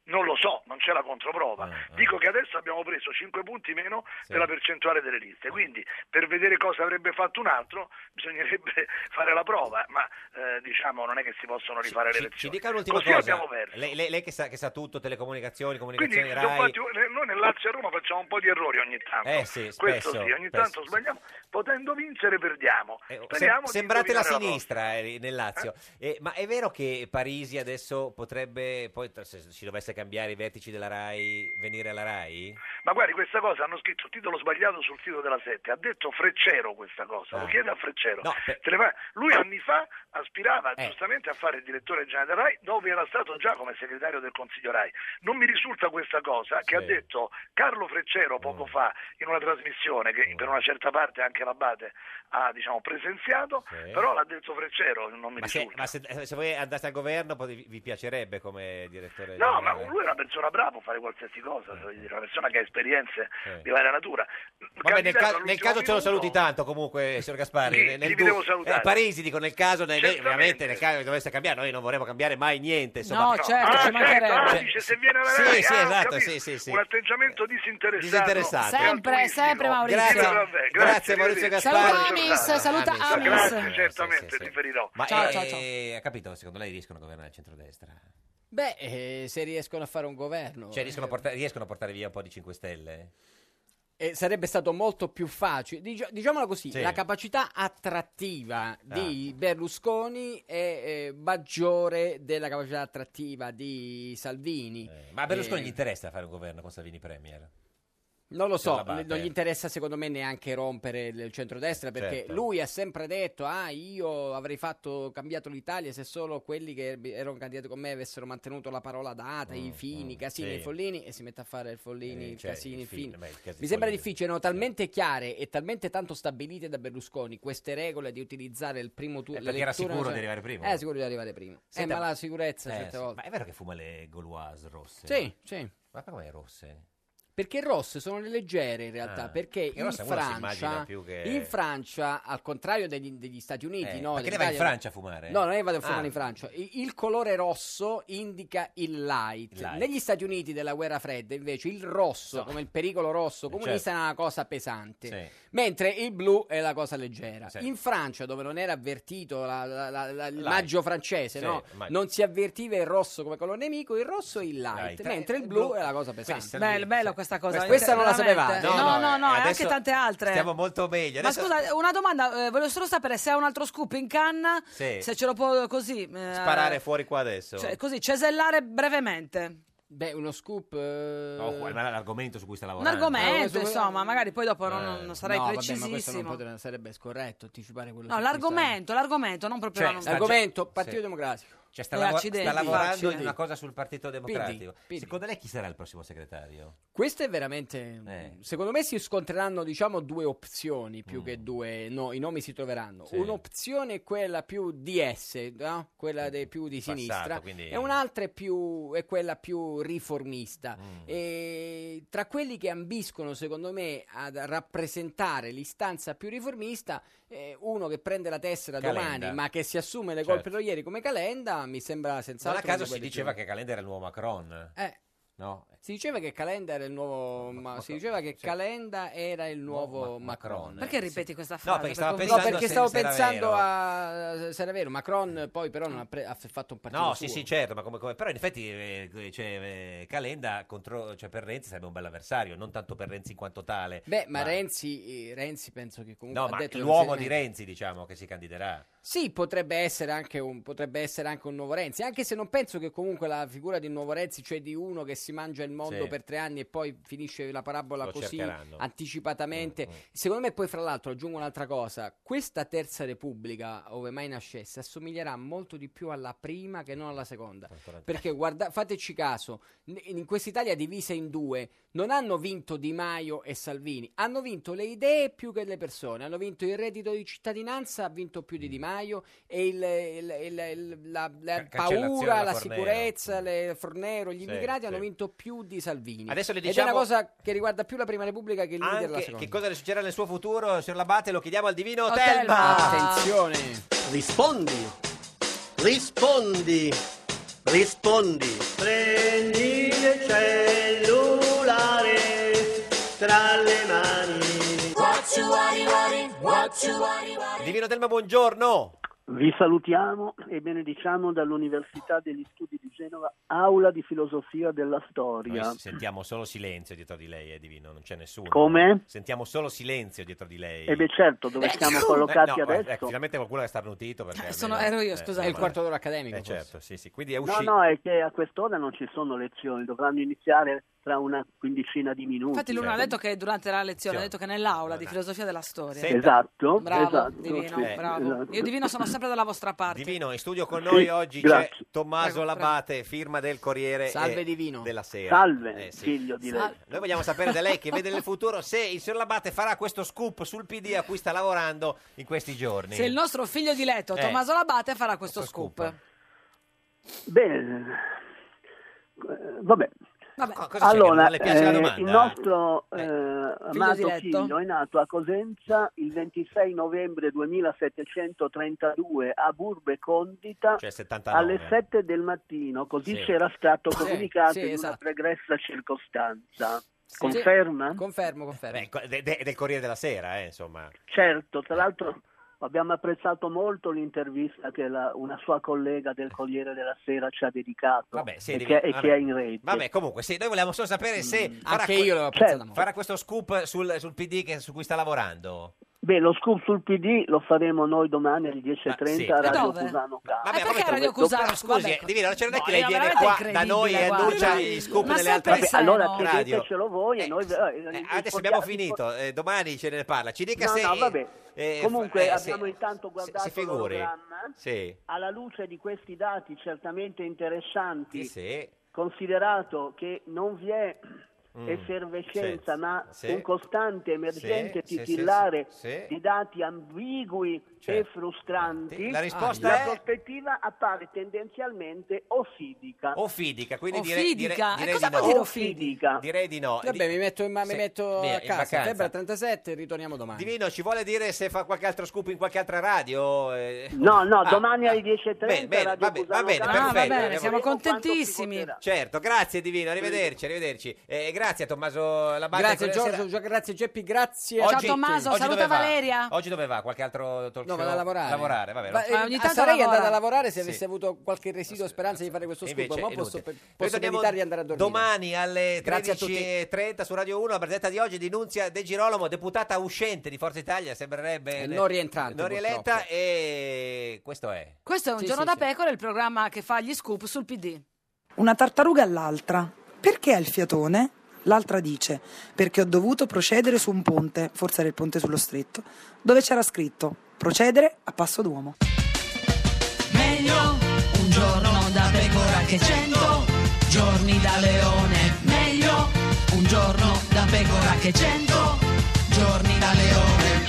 Non lo so, non c'è la
Ah,
controprova. Dico che adesso abbiamo preso 5 punti meno della percentuale delle
Ah.
liste, quindi per vedere cosa avrebbe fatto un altro bisognerebbe fare la prova, ma eh, diciamo non è che si possono rifare le
Ci, ci
elezioni.
dica l'ultima
Così
cosa.
abbiamo perso.
Lei, lei- lei che, sa, che sa tutto, telecomunicazioni,
Quindi
comunicazioni
sono
RAI.
fatti- ne- noi nel Lazio e Roma facciamo un po' di errori ogni tanto.
Eh sì,
Questo
spesso,
sì, ogni
spesso,
tanto sbagliamo. Potendo vincere perdiamo.
Sem-
Speriamo di
sembrate la
indovinare prossima.
sinistra eh, nel Lazio. Eh, ma è vero che Parisi adesso potrebbe, poi tra- se ci dovesse cambiare i vertici della RAI, venire alla RAI?
Ma guardi, questa cosa hanno scritto il titolo sbagliato sul sito della Sette. Ha detto Freccero questa cosa, lo
Ah.
chiede a Freccero.
No, per- Eh.
Se ne va- Lui anni fa aspirava giustamente a fare il direttore generale della RAI, dove era stato già come segretario del Consiglio RAI. Non mi risulta questa cosa che ha detto Carlo Freccero poco
Mm.
fa in una trasmissione che per una certa parte anche l'Abate ha diciamo, presenziato,
Sì.
però l'ha detto Freccero, non mi
Ma, se,
risulta.
ma se- se voi andaste al governo poi vi, vi piacerebbe come direttore? eh?
No, ma
generale? Eh,
lui è una persona brava, può fare qualsiasi cosa, voglio dire, una persona che ha esperienze
Sì.
di varia natura.
Eh. Vabbè, nel,
Candidato
ca- nel
all'ultimo
caso ce lo
minuto-
saluti tanto comunque, eh, signor Gaspari.
Chi-
nel- nel
chi vi devo
dubbio.
salutare?
Eh, Parisi, dico, nel caso, nel-
Certamente.
veramente, nel caso che dovesse cambiare, noi non vorremmo cambiare mai niente. Insomma.
No, certo,
Ah,
ci mancherebbe.
certo, ah,
Cioè,
dice se viene alla
sì,
Rai,
sì,
ah, ho
esatto,
capito.
sì, sì, sì.
Un atteggiamento disinteressato.
Disinteressato.
Sempre,
altruistico.
sempre, Maurizio.
Sì, vabbè,
Grazie,
grazie,
Maurizio
arrivederci.
Gaspari.
Saluta Amis, saluta Amis.
Grazie, certamente, riferirò.
Ma
Ciao,
eh,
ciao, ciao.
ha capito, secondo lei riescono a governare il centrodestra?
Beh, eh, se riescono a fare un governo.
Cioè, riescono a,
eh,
portare, riescono a portare via un po' di 5 Stelle?
eh, sarebbe stato molto più facile. Dici- diciamola così,
Sì.
la capacità attrattiva
Ah.
di Berlusconi è eh, maggiore della capacità attrattiva di Salvini.
Ma a Berlusconi
Eh,
gli interessa fare un governo con Salvini Premier?
Non lo so,
Della Batte.
non gli interessa secondo me neanche rompere il il centrodestra perché
Certo.
lui ha sempre detto ah io avrei fatto cambiato l'Italia se solo quelli che erbi- erano candidati con me avessero mantenuto la parola data, i Fini, Casini,
Mm, sì.
i Follini e si mette a fare il Follini,
Eh,
il
cioè,
Casini,
il
il Fini.
Fini, beh, il Eh, Casini,
Mi sembra
Follini.
difficile, erano talmente chiare e talmente tanto stabilite da Berlusconi queste regole di utilizzare il primo turno.
Eh, perché era sicuro di arrivare primo.
Era cioè Eh, sicuro di arrivare primo. Eh,
Senta,
ma la sicurezza
eh,
certe
sì,
volte.
Ma è vero che fuma le Gauloise rosse?
Sì, sì.
Ma come rosse?
Perché rosse sono le leggere in realtà,
Ah,
perché
perché
in
rosse uno si immagina
Francia,
più che-
in Francia, al contrario degli, degli Stati Uniti,
Eh,
no,
perché lei va in
dell'Italia-
Francia a fumare?
No, non è che vado a
Ah.
fumare in Francia. I- Il, colore rosso indica il light.
Il light.
Negli Stati Uniti della guerra fredda, invece, il rosso, come il pericolo rosso comunista,
certo.
è una cosa pesante.
Sì.
Mentre il blu è la cosa leggera.
Sì.
In Francia, dove non era avvertito la- la- la- la- il maggio francese,
Sì,
no?
il maggio.
non si avvertiva il rosso come colore nemico, il rosso è il light,
Light.
mentre il
Eh,
blu
blu.
è la cosa
Quindi
pesante.
stanno
Bello, bello questa cosa. Cioè,
Questa non la
veramente.
sapevate?
No,
Ah, No,
no, no,
no,
e anche
eh, adesso
tante altre.
Stiamo molto meglio.
Ma
Adesso-
scusa, una domanda, eh, volevo solo sapere se ha un altro scoop in canna,
Sì.
se ce lo può così... eh,
Sparare fuori qua adesso.
cioè, così, cesellare brevemente.
Beh, uno scoop... eh,
No, qua- ma l'argomento su cui sta
Un
lavorando.
argomento, insomma, magari poi dopo non,
Eh.
non sarai
no, vabbè, ma questo non
precisissimo.
potrebbe- sarebbe scorretto anticipare quello
no,
su cui sta-
l'argomento, l'argomento, non proprio la
Cioè,
nostra.
l'argomento Partito Democratico.
Cioè, sta,
Eh,
lavo-
accidenti.
sta lavorando
Accidenti.
in una cosa sul Partito Democratico.
PD.
Secondo lei chi sarà il prossimo segretario?
Questo è veramente.
Eh.
Secondo me si scontreranno, diciamo, due opzioni più che due. No, i nomi si troveranno.
Mm. Sì.
Un'opzione è quella più DS, no? quella de- più di
Passato,
sinistra,
quindi-
e un'altra è, più, è quella più riformista.
Mm.
E tra quelli che ambiscono, secondo me, a rappresentare l'istanza più riformista, eh, uno che prende la tessera
Calenda.
domani, ma che si assume le
Certo.
colpe da ieri come calenda, mi sembra
Non
senz'altro.
a
uno
caso
di
si
quelli
diceva
più-
che Calenda era il nuovo Macron.
Eh.
No?
Si diceva che Calenda era il nuovo. Ma, si diceva che Calenda era il nuovo Macron.
Perché ripeti questa frase?
No, perché stavo
Per
pensando,
convincere-
a. Se era vero, Macron poi però non ha, pre- ha f- fatto un partito.
No,
suo.
sì, sì, certo, ma come, come- però in effetti eh, cioè, eh, Calenda contro, cioè, per Renzi sarebbe un bel avversario, non tanto per Renzi in quanto tale.
Beh, ma, Renzi, eh, Renzi penso che comunque.
no,
ha
ma
detto che non
l'uomo
si
di
rimette.
Renzi, diciamo, che si candiderà.
Sì, potrebbe essere, anche un, potrebbe essere anche un nuovo Renzi, anche se non penso che comunque la figura di un nuovo Renzi, cioè di uno che si mangia il mondo
Sì.
per tre anni e poi finisce la parabola
Lo
così
cercheranno. Mm,
anticipatamente. Secondo me poi fra l'altro aggiungo un'altra cosa, questa terza repubblica, ove mai nascesse, assomiglierà molto di più alla prima che non alla seconda. Perché guarda, fateci caso, n- in quest'Italia divisa in due, non hanno vinto Di Maio e Salvini, hanno vinto le idee più che le persone, hanno vinto il reddito di cittadinanza, ha vinto più di Di Maio e il- il- il- il- la, la
Mm. Ca- cancellazione
paura,
alla
la
Fornero. Mm.
sicurezza, le Fornero, gli
Sì,
immigrati hanno
sì.
vinto più di Salvini.
Adesso le
Ed è
diciamo-
una cosa che riguarda più la prima Repubblica che il leader della
Anche
seconda.
che cosa le succederà nel suo futuro, signor Labate, lo chiediamo al divino
Oh,
Telma.
Telma. Attenzione.
Rispondi. Rispondi. Rispondi. Prendi il cellulare tra le mani.
What you worry, worry, what you worry, worry.
Divino Telma, buongiorno.
Vi salutiamo e benediciamo dall'Università degli Studi di Genova, aula di filosofia della storia.
Noi sentiamo solo silenzio dietro di lei, eh, divino, non c'è nessuno.
Come?
Sentiamo solo silenzio dietro di lei.
E beh certo, dove
Eh,
siamo
no,
collocati
eh, no,
adesso?
eh, finalmente qualcuno che è starnutito. Perché
Cioè, Sono-
almeno-
ero io, scusate. È il quarto
d'ora accademico.
Eh, certo, sì, sì. Quindi è
No,
uscito.
no, è che a quest'ora non ci sono lezioni, dovranno iniziare tra una quindicina di minuti.
Infatti lui non ha
Certo.
detto che durante la lezione, ha detto che nell'aula di filosofia della storia.
Esatto,
Bravo,
esatto,
divino,
sì,
bravo.
esatto.
Io divino sono sempre dalla vostra parte.
Divino, in studio con noi
Sì,
oggi
grazie.
c'è Tommaso Labate, firma del Corriere eh,
Salve,
Divino.
della Sera.
Salve,
Eh, sì.
figlio di lei.
Noi vogliamo sapere da lei che vede nel futuro se il signor Labate farà questo scoop sul PD a cui sta lavorando in questi giorni.
Se il nostro figlio di letto,
Eh.
Tommaso Labate, farà questo scoop.
Bene, Eh, vabbè.
Vabbè.
allora,
non le piace la
eh,
domanda?
il nostro eh, amato
diretto.
figlio è nato a Cosenza il 26 novembre 2732 a Burbe Condita
Cioè 79.
alle 7 del mattino, così
Sì.
c'era stato
Sì,
comunicato
sì,
in
esatto.
una pregressa circostanza.
Sì.
Conferma?
Confermo, confermo.
Beh, co- de- de- del Corriere della Sera, eh, insomma.
Certo, tra l'altro abbiamo apprezzato molto l'intervista che la- una sua collega del Corriere della Sera ci ha dedicato
Vabbè, sì,
e,
Divino,
che, e
vabbè.
che è in rete. Certo.
Vabbè, comunque, sì, noi volevamo solo sapere se farà,
Mm, Anche io l'avevo apprezzata molto.
farà questo scoop sul, sul PD che- su cui sta lavorando.
Beh, lo scoop sul PD lo faremo noi domani alle 10.30
sì.
a
Ma
Radio
dove?
Cusano Ca-
Vabbè,
perché
vabbè,
Radio
dopo- dopo-
Cusano?
Scusi, eh,
Vabbè,
Divino, cioè, non c'è non è che
no,
lei
era
viene
veramente
qua da noi e
incredibile,
annuncia
guarda.
gli scoop
Ma
delle
sempre
altre
sei, allora no?
radio.
chiedetecelo voi e noi- eh,
eh, adesso
rispondiamo-
abbiamo finito, eh, domani ce ne parla. Ci dica
No,
se...
no, vabbè.
eh,
Comunque
eh,
abbiamo
sì.
intanto guardato
si figuri.
l'ologramma.
Sì.
Alla luce di questi dati certamente interessanti,
Sì, sì.
considerato che non vi è
Mm,
effervescenza,
sì,
ma
sì.
un costante emergente
Sì, sì,
titillare
sì, sì, sì.
di dati ambigui e frustranti,
La risposta
la
è-
prospettiva appare tendenzialmente ossidica.
Ofidica, quindi direi, direi,
Ofidica? E
direi
cosa
di
vuol
no.
dire
ofidica? Direi di no.
Vabbè, mi metto, in, ma- mi
Sì,
metto
via,
a
in
casa.
vacanza.
Febbre 37, ritorniamo domani.
Divino, ci vuole dire se fa qualche altro scoop in qualche altra radio? Eh,
No, no,
ah,
domani alle 10.30
Bene, bene,
Radio
va bene, va
Cusano
bene,
Ca-
perfetto.
Ah, va bene,
abbiamo-
siamo contentissimi.
Certo, grazie Divino, arrivederci, arrivederci. Eh, grazie a Tommaso Labate.
Grazie
Corriere
Giorgio, Gio- grazie Geppi, grazie.
Sera. Oggi-
Tommaso,
oggi
saluta
dove va?
Valeria.
Oggi dove va? Qualche altro talk
No,
show?
vado a lavorare.
vabbè.
Ma,
non-
eh,
Ma ogni tanto
sarei
lavora.
andato a lavorare se
Sì.
avessi avuto qualche residuo speranza di fare questo
E
scoop,
invece
ma
è
posso,
inutile.
pe-
Noi
posso
torniamo
evitare di andare a dormire.
Domani alle
Grazie a tutti.
13.30 su Radio 1 la presenza di oggi di Nunzia De Girolamo, deputata uscente di Forza Italia, sembrerebbe
Eh, non rientrante,
non rieletta
purtroppo.
e questo è.
Questo è un
Sì,
giorno
sì,
da
sì.
pecora, il programma che fa gli scoop sul PD.
Una tartaruga all'altra. Perché hai il fiatone? L'altra dice, perché ho dovuto procedere su un ponte, forse era il ponte sullo stretto, dove c'era scritto, procedere a passo d'uomo.
Meglio un giorno da pecora che cento giorni da leone. Meglio un giorno da pecora che cento giorni da leone.